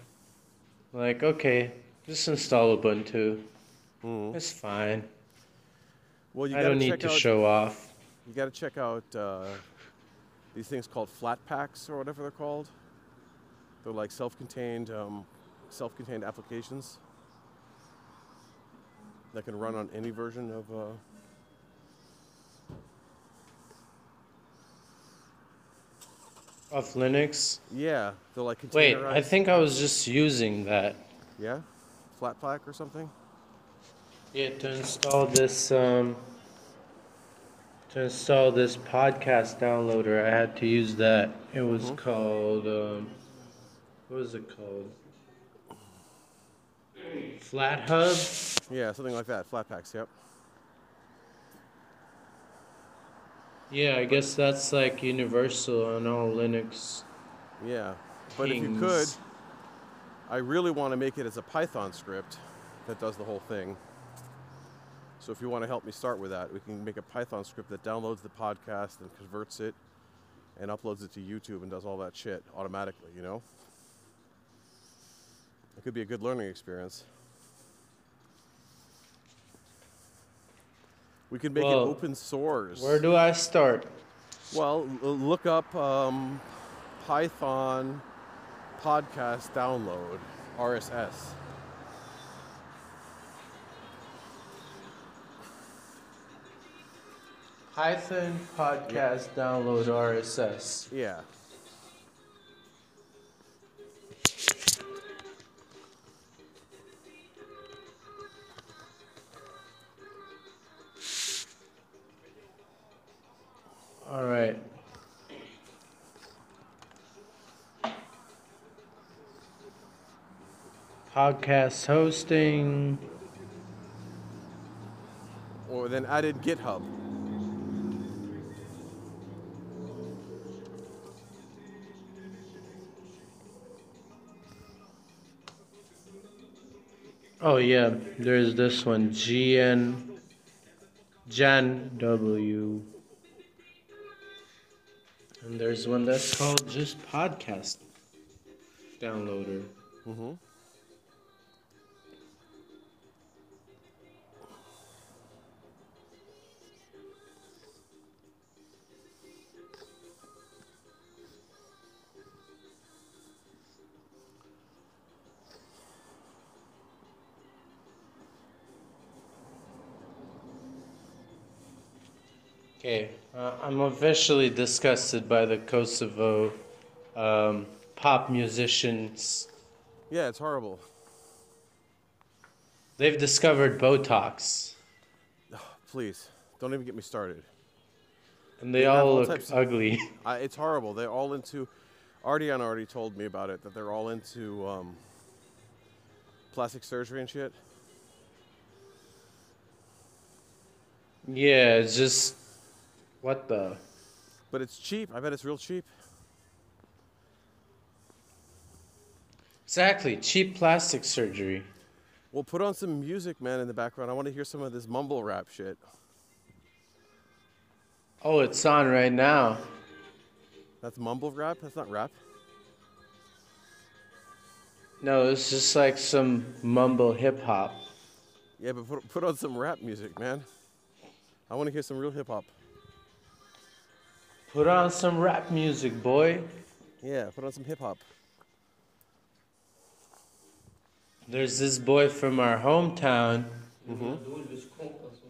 Speaker 2: like okay, just install Ubuntu.
Speaker 1: Mhm.
Speaker 2: It's fine.
Speaker 1: Well, you
Speaker 2: I
Speaker 1: gotta
Speaker 2: don't need
Speaker 1: check
Speaker 2: to
Speaker 1: out,
Speaker 2: show off.
Speaker 1: You got to check out uh, these things called flat packs or whatever they're called. They're like self-contained, um, self-contained applications that can run on any version of. Uh,
Speaker 2: Off Linux.
Speaker 1: yeah, they're like
Speaker 2: Wait,
Speaker 1: containerized.
Speaker 2: I think I was just using that.
Speaker 1: Yeah, flat pack or something.
Speaker 2: Yeah, to install this um to install this podcast downloader, I had to use that. It was called um what was it called? Flat Hub.
Speaker 1: Yeah, something like that. Flat packs. Yep.
Speaker 2: Yeah, I guess that's like universal on all Linux.
Speaker 1: Yeah, but if you could,
Speaker 2: things.
Speaker 1: I really want to make it as a Python script that does the whole thing. So if you want to help me start with that, we can make a Python script that downloads the podcast and converts it and uploads it to YouTube and does all that shit automatically, you know? It could be a good learning experience. We could make
Speaker 2: Well,
Speaker 1: it open source.
Speaker 2: Where do I start?
Speaker 1: Well, l- look up um, Python podcast download RSS.
Speaker 2: Python podcast download RSS.
Speaker 1: Yeah.
Speaker 2: All right. Podcast hosting.
Speaker 1: Or then added GitHub.
Speaker 2: Oh yeah, there's this one. GN Jan W. And there's one that's called just podcast downloader.
Speaker 1: Mm-hmm.
Speaker 2: Okay, uh, I'm officially disgusted by the Kosovo um, pop musicians.
Speaker 1: Yeah, it's horrible.
Speaker 2: They've discovered Botox,
Speaker 1: Please, don't even get me started.
Speaker 2: and they
Speaker 1: They have
Speaker 2: all
Speaker 1: all
Speaker 2: look
Speaker 1: types of-
Speaker 2: ugly.
Speaker 1: I, it's horrible. They're all into. Ardian already told me about it that they're all into um, plastic surgery and shit.
Speaker 2: yeah, it's just what the.
Speaker 1: But it's cheap. I bet it's real cheap.
Speaker 2: Exactly, cheap plastic surgery.
Speaker 1: Well, put on some music, man, in the background. I want to hear some of this mumble rap shit.
Speaker 2: Oh, it's on right now.
Speaker 1: That's mumble rap? That's not rap.
Speaker 2: No, it's just like some mumble hip hop.
Speaker 1: Yeah, but put, put on some rap music, man. I want to hear some real hip hop.
Speaker 2: Put on some rap music, boy.
Speaker 1: Yeah, put on some hip hop.
Speaker 2: There's this boy from our hometown.
Speaker 1: Mm-hmm.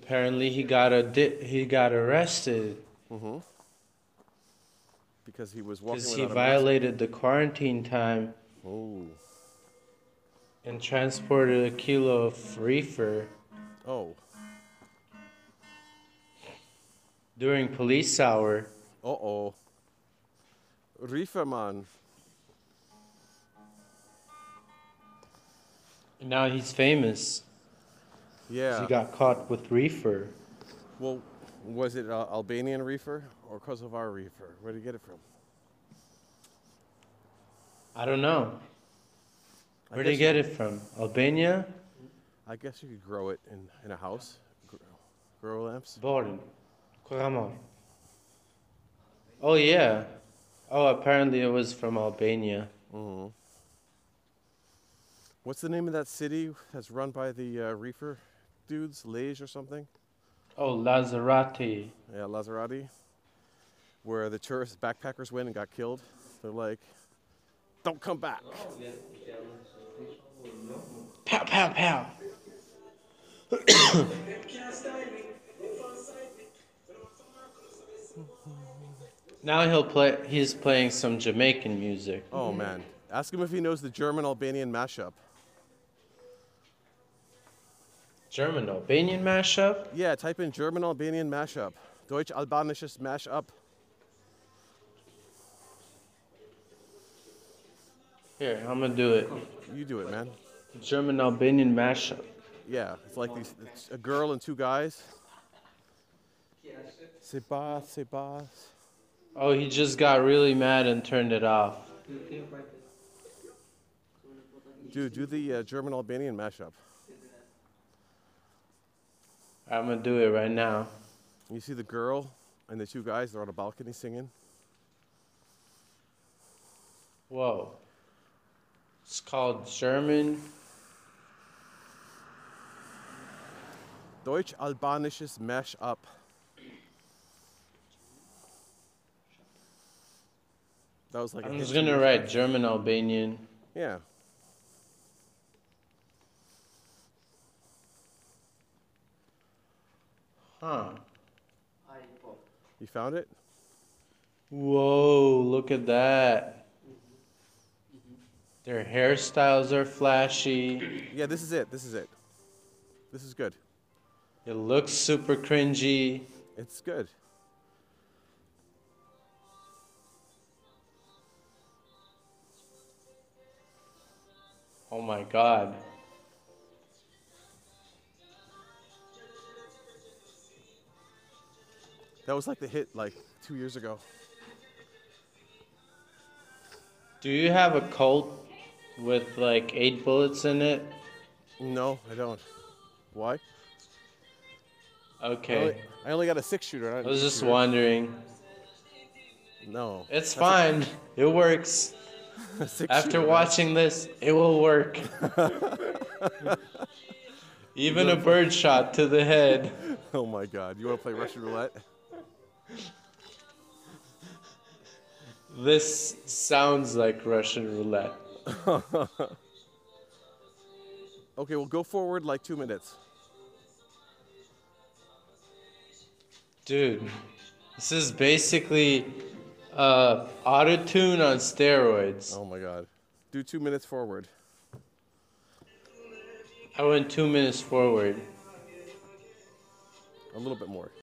Speaker 2: Apparently, he got a di- he got arrested
Speaker 1: Because he was walking
Speaker 2: because he
Speaker 1: without a mask.
Speaker 2: violated the quarantine time
Speaker 1: Oh,
Speaker 2: and transported a kilo of reefer
Speaker 1: oh,
Speaker 2: during police hour.
Speaker 1: uh oh. Reeferman.
Speaker 2: And now he's famous. 'cause
Speaker 1: Yeah.
Speaker 2: He got caught with reefer.
Speaker 1: well, was it uh, Albanian reefer or Kosovar reefer? Where did you get it from?
Speaker 2: I don't know.
Speaker 1: I
Speaker 2: Where would he
Speaker 1: guess-
Speaker 2: get it from? Albania?
Speaker 1: I guess you could grow it in, in a house. Grow, grow lamps.
Speaker 2: Born. Kurama. Oh yeah. Oh, apparently it was from Albania.
Speaker 1: What's the name of that city that's run by the uh, reefer dudes? Liege or something?
Speaker 2: Oh, Lazarati.
Speaker 1: Yeah, Lazarati. Where the tourist backpackers went and got killed. They're like, don't come back.
Speaker 2: Pow, pow, pow. now he'll play. He's playing some Jamaican music.
Speaker 1: Oh man. Ask him if he knows the German Albanian mashup.
Speaker 2: German Albanian mashup.
Speaker 1: Yeah, type in German Albanian mashup. Deutsch albanisches mashup.
Speaker 2: Here, I'm gonna do it.
Speaker 1: You do it, man.
Speaker 2: German Albanian mashup.
Speaker 1: Yeah, it's like these it's a girl and two guys. C'est bas, c'est bas.
Speaker 2: Oh, he just got really mad and turned it off.
Speaker 1: Dude, do the uh, German Albanian mashup.
Speaker 2: I'm gonna do it right now.
Speaker 1: You see the girl and the two guys, they're on a balcony singing.
Speaker 2: Whoa. It's called German.
Speaker 1: Deutsch albanisches mashup. That was like a
Speaker 2: I'm
Speaker 1: hit
Speaker 2: just
Speaker 1: two
Speaker 2: gonna
Speaker 1: years
Speaker 2: write
Speaker 1: back.
Speaker 2: German Albanian.
Speaker 1: Yeah.
Speaker 2: Huh.
Speaker 1: You found it?
Speaker 2: Whoa, look at that. Their hairstyles are flashy.
Speaker 1: Yeah, this is it. This is it. This is good.
Speaker 2: It looks super cringy.
Speaker 1: It's good.
Speaker 2: Oh my god.
Speaker 1: That was like the hit like two years ago.
Speaker 2: Do you have a Colt with like eight bullets in it?
Speaker 1: No, I don't. Why? I only,
Speaker 2: Okay.
Speaker 1: I only got a six shooter. not
Speaker 2: I
Speaker 1: an
Speaker 2: was
Speaker 1: eight
Speaker 2: just
Speaker 1: shooter.
Speaker 2: wondering.
Speaker 1: No.
Speaker 2: It's fine. It works.
Speaker 1: A six
Speaker 2: After
Speaker 1: shooter, man.
Speaker 2: watching this, it will work. Even a bird shot to the head.
Speaker 1: Oh my god. You want to play Russian roulette?
Speaker 2: This sounds like Russian roulette.
Speaker 1: Okay, well go forward like two minutes.
Speaker 2: Dude, this is basically uh, autotune on steroids.
Speaker 1: Oh my god. Do two minutes forward.
Speaker 2: I went two minutes forward.
Speaker 1: A little bit more.